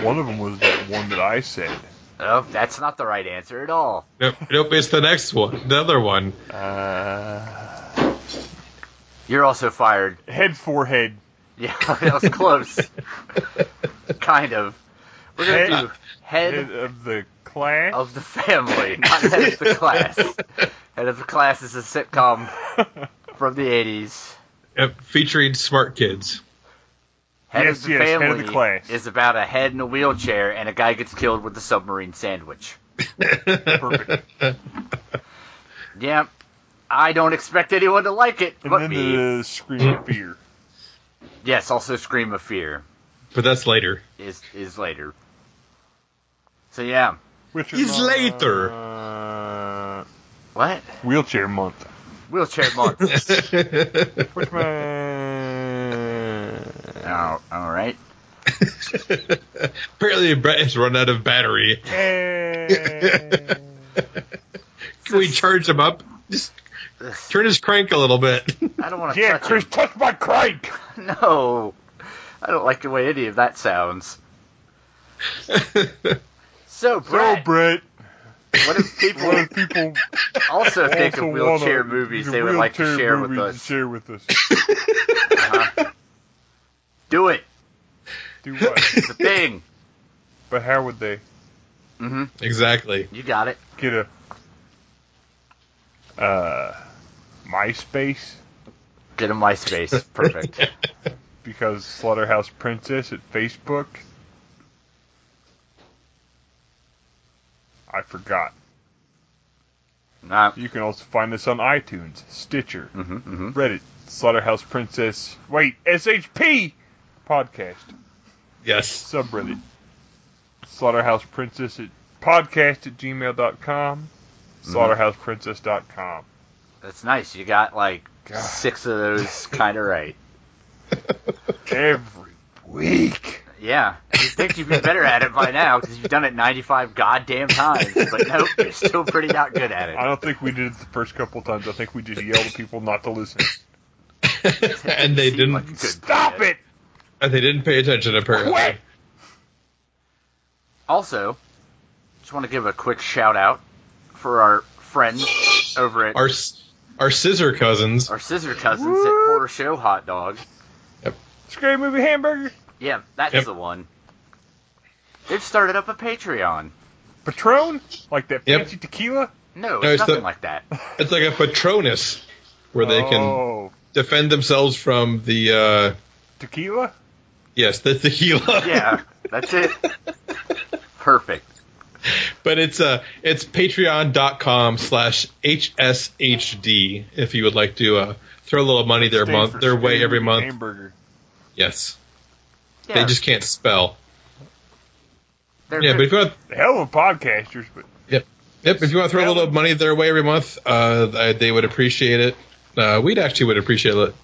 [SPEAKER 2] One of them was that one that I said.
[SPEAKER 1] Oh, that's not the right answer at all.
[SPEAKER 3] nope, nope. It's the next one, the other one.
[SPEAKER 2] Uh,
[SPEAKER 1] You're also fired. (laughs)
[SPEAKER 2] head forehead.
[SPEAKER 1] Yeah, that was close. kind of. We're
[SPEAKER 2] Head-
[SPEAKER 1] gonna do Oh.
[SPEAKER 2] Head
[SPEAKER 1] head
[SPEAKER 2] of the class.
[SPEAKER 1] of the family, not head of the class. Head of the class is a sitcom from the '80s.
[SPEAKER 3] Yep, featuring smart kids. (laughs)
[SPEAKER 1] Head
[SPEAKER 2] Yes,
[SPEAKER 1] of the
[SPEAKER 2] yes, head of
[SPEAKER 1] family
[SPEAKER 2] the class.
[SPEAKER 1] is about a head in a wheelchair and a guy gets killed with a submarine sandwich.
[SPEAKER 2] (laughs) Perfect.
[SPEAKER 1] Yeah, I don't expect anyone to like it,
[SPEAKER 2] And
[SPEAKER 1] but
[SPEAKER 2] then
[SPEAKER 1] me.
[SPEAKER 2] the scream of fear.
[SPEAKER 1] Yes, also Scream of Fear
[SPEAKER 3] But
[SPEAKER 1] (laughs)
[SPEAKER 3] that's later.
[SPEAKER 1] is is later. So yeah,
[SPEAKER 2] Which
[SPEAKER 3] He's
[SPEAKER 2] uh,
[SPEAKER 1] what
[SPEAKER 2] wheelchair month.
[SPEAKER 1] wheelchair
[SPEAKER 3] (laughs)
[SPEAKER 1] month?
[SPEAKER 2] Which man?
[SPEAKER 1] (laughs)
[SPEAKER 2] (laughs)
[SPEAKER 1] oh, all right.
[SPEAKER 3] Apparently, Brett has run out of battery.
[SPEAKER 2] Yay.
[SPEAKER 3] Can we charge him up? Just turn his crank a little bit.
[SPEAKER 1] I don't want to
[SPEAKER 2] yeah,
[SPEAKER 1] touch
[SPEAKER 2] Chris,
[SPEAKER 1] him.
[SPEAKER 2] touch my crank.
[SPEAKER 1] (laughs) No, I don't like the way any of that sounds. Uh-huh. So,
[SPEAKER 2] So,
[SPEAKER 1] Brett,
[SPEAKER 2] Brett,
[SPEAKER 1] what if people
[SPEAKER 2] (laughs) what if people
[SPEAKER 1] also think
[SPEAKER 2] also
[SPEAKER 1] of wheelchair
[SPEAKER 2] wanna-
[SPEAKER 1] movies they would like to
[SPEAKER 2] wheelchair
[SPEAKER 1] share with
[SPEAKER 2] movies to
[SPEAKER 1] us?
[SPEAKER 2] Share with us.
[SPEAKER 1] Uh-huh. Do it.
[SPEAKER 2] Do what?
[SPEAKER 1] It's a thing.
[SPEAKER 2] but how would they
[SPEAKER 1] hmm
[SPEAKER 3] exactly.
[SPEAKER 1] You got it.
[SPEAKER 2] get a uh, MySpace?
[SPEAKER 1] Get a
[SPEAKER 2] (laughs)
[SPEAKER 1] MySpace. Perfect.
[SPEAKER 2] Because Slaughterhouse Princess at Facebook. I forgot.
[SPEAKER 1] Nah.
[SPEAKER 2] You can also find us on iTunes, Stitcher,
[SPEAKER 1] hmm hmm
[SPEAKER 2] Reddit, Slaughterhouse Princess. Wait, SHP podcast
[SPEAKER 3] Yes.
[SPEAKER 2] subreddit. Slaughterhouse Princess at podcast at gmail.com. Slaughterhouseprincess.com.
[SPEAKER 1] That's nice. You got like
[SPEAKER 2] God.
[SPEAKER 1] six of
[SPEAKER 3] (laughs)
[SPEAKER 1] those kind of right.
[SPEAKER 2] Every week.
[SPEAKER 1] Yeah. You think you'd be better at it by now because you've done it 95 goddamn times,
[SPEAKER 3] (laughs)
[SPEAKER 1] but nope, you're still pretty not good at
[SPEAKER 2] I
[SPEAKER 1] (laughs) it.
[SPEAKER 2] don't think we did it the first couple times. I think we just yelled at people not to listen.
[SPEAKER 3] and they
[SPEAKER 1] Seem like a
[SPEAKER 3] didn't.
[SPEAKER 1] good
[SPEAKER 2] Stop
[SPEAKER 1] plan.
[SPEAKER 2] it!
[SPEAKER 3] And they didn't pay attention. Apparently.
[SPEAKER 2] Quit!
[SPEAKER 1] Also, just want to give a quick shout out for our friends over at
[SPEAKER 3] our
[SPEAKER 1] our,
[SPEAKER 3] s- our scissor cousins.
[SPEAKER 1] scissor cousins at
[SPEAKER 2] What?
[SPEAKER 1] Horror Show Hot Dog.
[SPEAKER 2] Scary movie hamburger.
[SPEAKER 1] Yeah, that's
[SPEAKER 3] Yep.
[SPEAKER 1] the one. They've started up a Patreon.
[SPEAKER 2] Patron? Like that
[SPEAKER 3] Yep.
[SPEAKER 2] fancy tequila?
[SPEAKER 1] No, it's
[SPEAKER 3] No, it's
[SPEAKER 1] nothing
[SPEAKER 3] the-
[SPEAKER 1] like that.
[SPEAKER 3] It's like a patronus where they can
[SPEAKER 2] Oh,
[SPEAKER 3] defend themselves from the uh,
[SPEAKER 2] tequila?
[SPEAKER 3] yes the tequila. (laughs)
[SPEAKER 1] Yeah, that's it. Perfect.
[SPEAKER 3] But it's uh it's patreon.com slash HSHD if you would like to uh, throw a little money their
[SPEAKER 2] Stands
[SPEAKER 3] month
[SPEAKER 2] for
[SPEAKER 3] their way
[SPEAKER 2] Stew
[SPEAKER 3] every month.
[SPEAKER 2] Hamburger.
[SPEAKER 3] Yes.
[SPEAKER 1] Yeah,
[SPEAKER 3] They just can't spell.
[SPEAKER 1] they're-
[SPEAKER 3] Yeah, but if you want
[SPEAKER 2] Hell of podcasters, but
[SPEAKER 3] Yep, if you want to throw a little money their way every month, uh, I, they would appreciate it. Uh, we'd actually would appreciate it.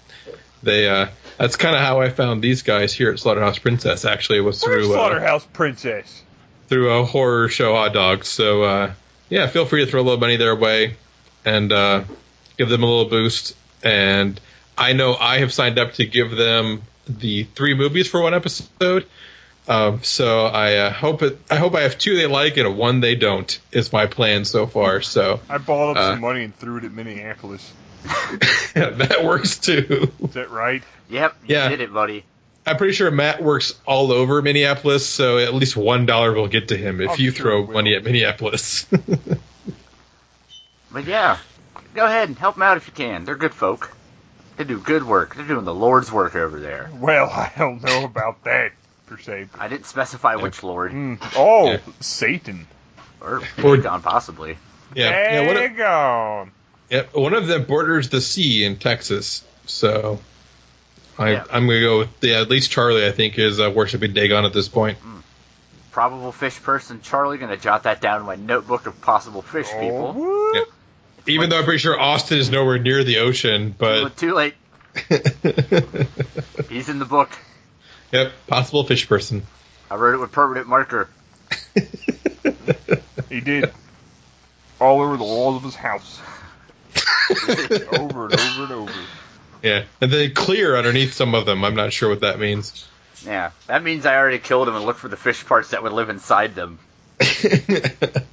[SPEAKER 3] They uh, that's kind of how I found these guys here at Slaughterhouse Princess. Actually, was
[SPEAKER 2] we're
[SPEAKER 3] through uh,
[SPEAKER 2] Slaughterhouse Princess.
[SPEAKER 3] through a horror show hot dogs. So uh, yeah, feel free to throw a little money their way and uh, give them a little boost. And I know I have signed up to give them the three movies for one episode. Um, so I uh, hope it. I hope I have two they like and one they don't. Is my plan so far. So. (laughs)
[SPEAKER 2] I balled up
[SPEAKER 3] Uh,
[SPEAKER 2] some money and threw it at Minneapolis.
[SPEAKER 3] Yeah, Matt works too.
[SPEAKER 2] Is that right?
[SPEAKER 1] Yep, you
[SPEAKER 3] Yeah.
[SPEAKER 1] did it, buddy.
[SPEAKER 3] I'm pretty sure Matt works all over Minneapolis, so at least one dollar will get to him if
[SPEAKER 2] I'm
[SPEAKER 3] you
[SPEAKER 2] Oh, sure
[SPEAKER 3] throw
[SPEAKER 2] it will.
[SPEAKER 3] money at Minneapolis. (laughs)
[SPEAKER 1] But yeah, go ahead and help them out if you can. They're good folk. They do good work. They're doing the Lord's work over there.
[SPEAKER 2] Well, (laughs) I don't know about that per se. but-
[SPEAKER 1] I didn't (laughs) specify which Lord
[SPEAKER 2] Mm. Oh,
[SPEAKER 3] Yeah.
[SPEAKER 2] Satan!
[SPEAKER 1] or
[SPEAKER 3] Or-
[SPEAKER 1] Don possibly.
[SPEAKER 3] yeah, yeah one, of,
[SPEAKER 2] Daggone.
[SPEAKER 3] yeah, one of them borders the sea in Texas, so I,
[SPEAKER 1] Yeah.
[SPEAKER 3] I'm gonna go with yeah, at least Charlie. I think is uh, worshiping Dagon at this point.
[SPEAKER 1] Probable fish person Charlie gonna jot that down in my notebook of possible fish
[SPEAKER 2] Oh,
[SPEAKER 1] people.
[SPEAKER 2] whoop.
[SPEAKER 3] Yeah. Even though I'm pretty sure Austin is nowhere near the ocean, but
[SPEAKER 1] But too late. He's in the book.
[SPEAKER 3] (laughs) yep, possible fish person. (laughs)
[SPEAKER 1] I wrote it with permanent marker.
[SPEAKER 2] He did. All over the walls of his house. (laughs) over and over and over.
[SPEAKER 3] Yeah, and then clear underneath some of them. I'm not sure what that means.
[SPEAKER 1] Yeah, that means I already killed him and looked for the fish parts that would live inside them.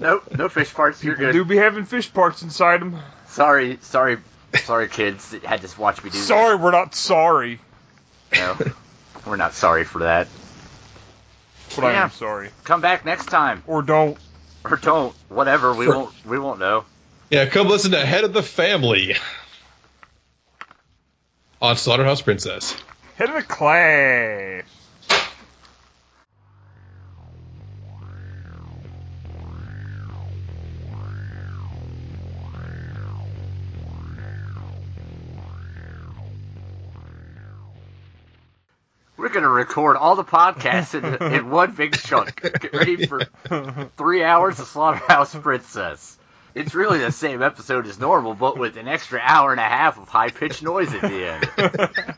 [SPEAKER 1] Nope, no fish parts.
[SPEAKER 2] (laughs)
[SPEAKER 1] You're
[SPEAKER 2] People
[SPEAKER 1] good.
[SPEAKER 2] do be having fish parts inside them.
[SPEAKER 1] Sorry, sorry, sorry, kids. that Had to watch me do. that.
[SPEAKER 2] Sorry, we're not sorry.
[SPEAKER 1] No, we're not sorry for that.
[SPEAKER 2] But I
[SPEAKER 1] Yeah.
[SPEAKER 2] am sorry.
[SPEAKER 1] Come back next time,
[SPEAKER 2] Or don't.
[SPEAKER 1] or don't. Whatever. We
[SPEAKER 3] Sure.
[SPEAKER 1] won't. We won't know.
[SPEAKER 3] Yeah, come listen to Head of the Family on Slaughterhouse Princess.
[SPEAKER 2] Head of the class.
[SPEAKER 1] We're gonna record all the podcasts in, in one big chunk. Get ready for three hours of Slaughterhouse Princess. It's really the same episode as normal, but with an extra hour and a half of high pitched noise at the end.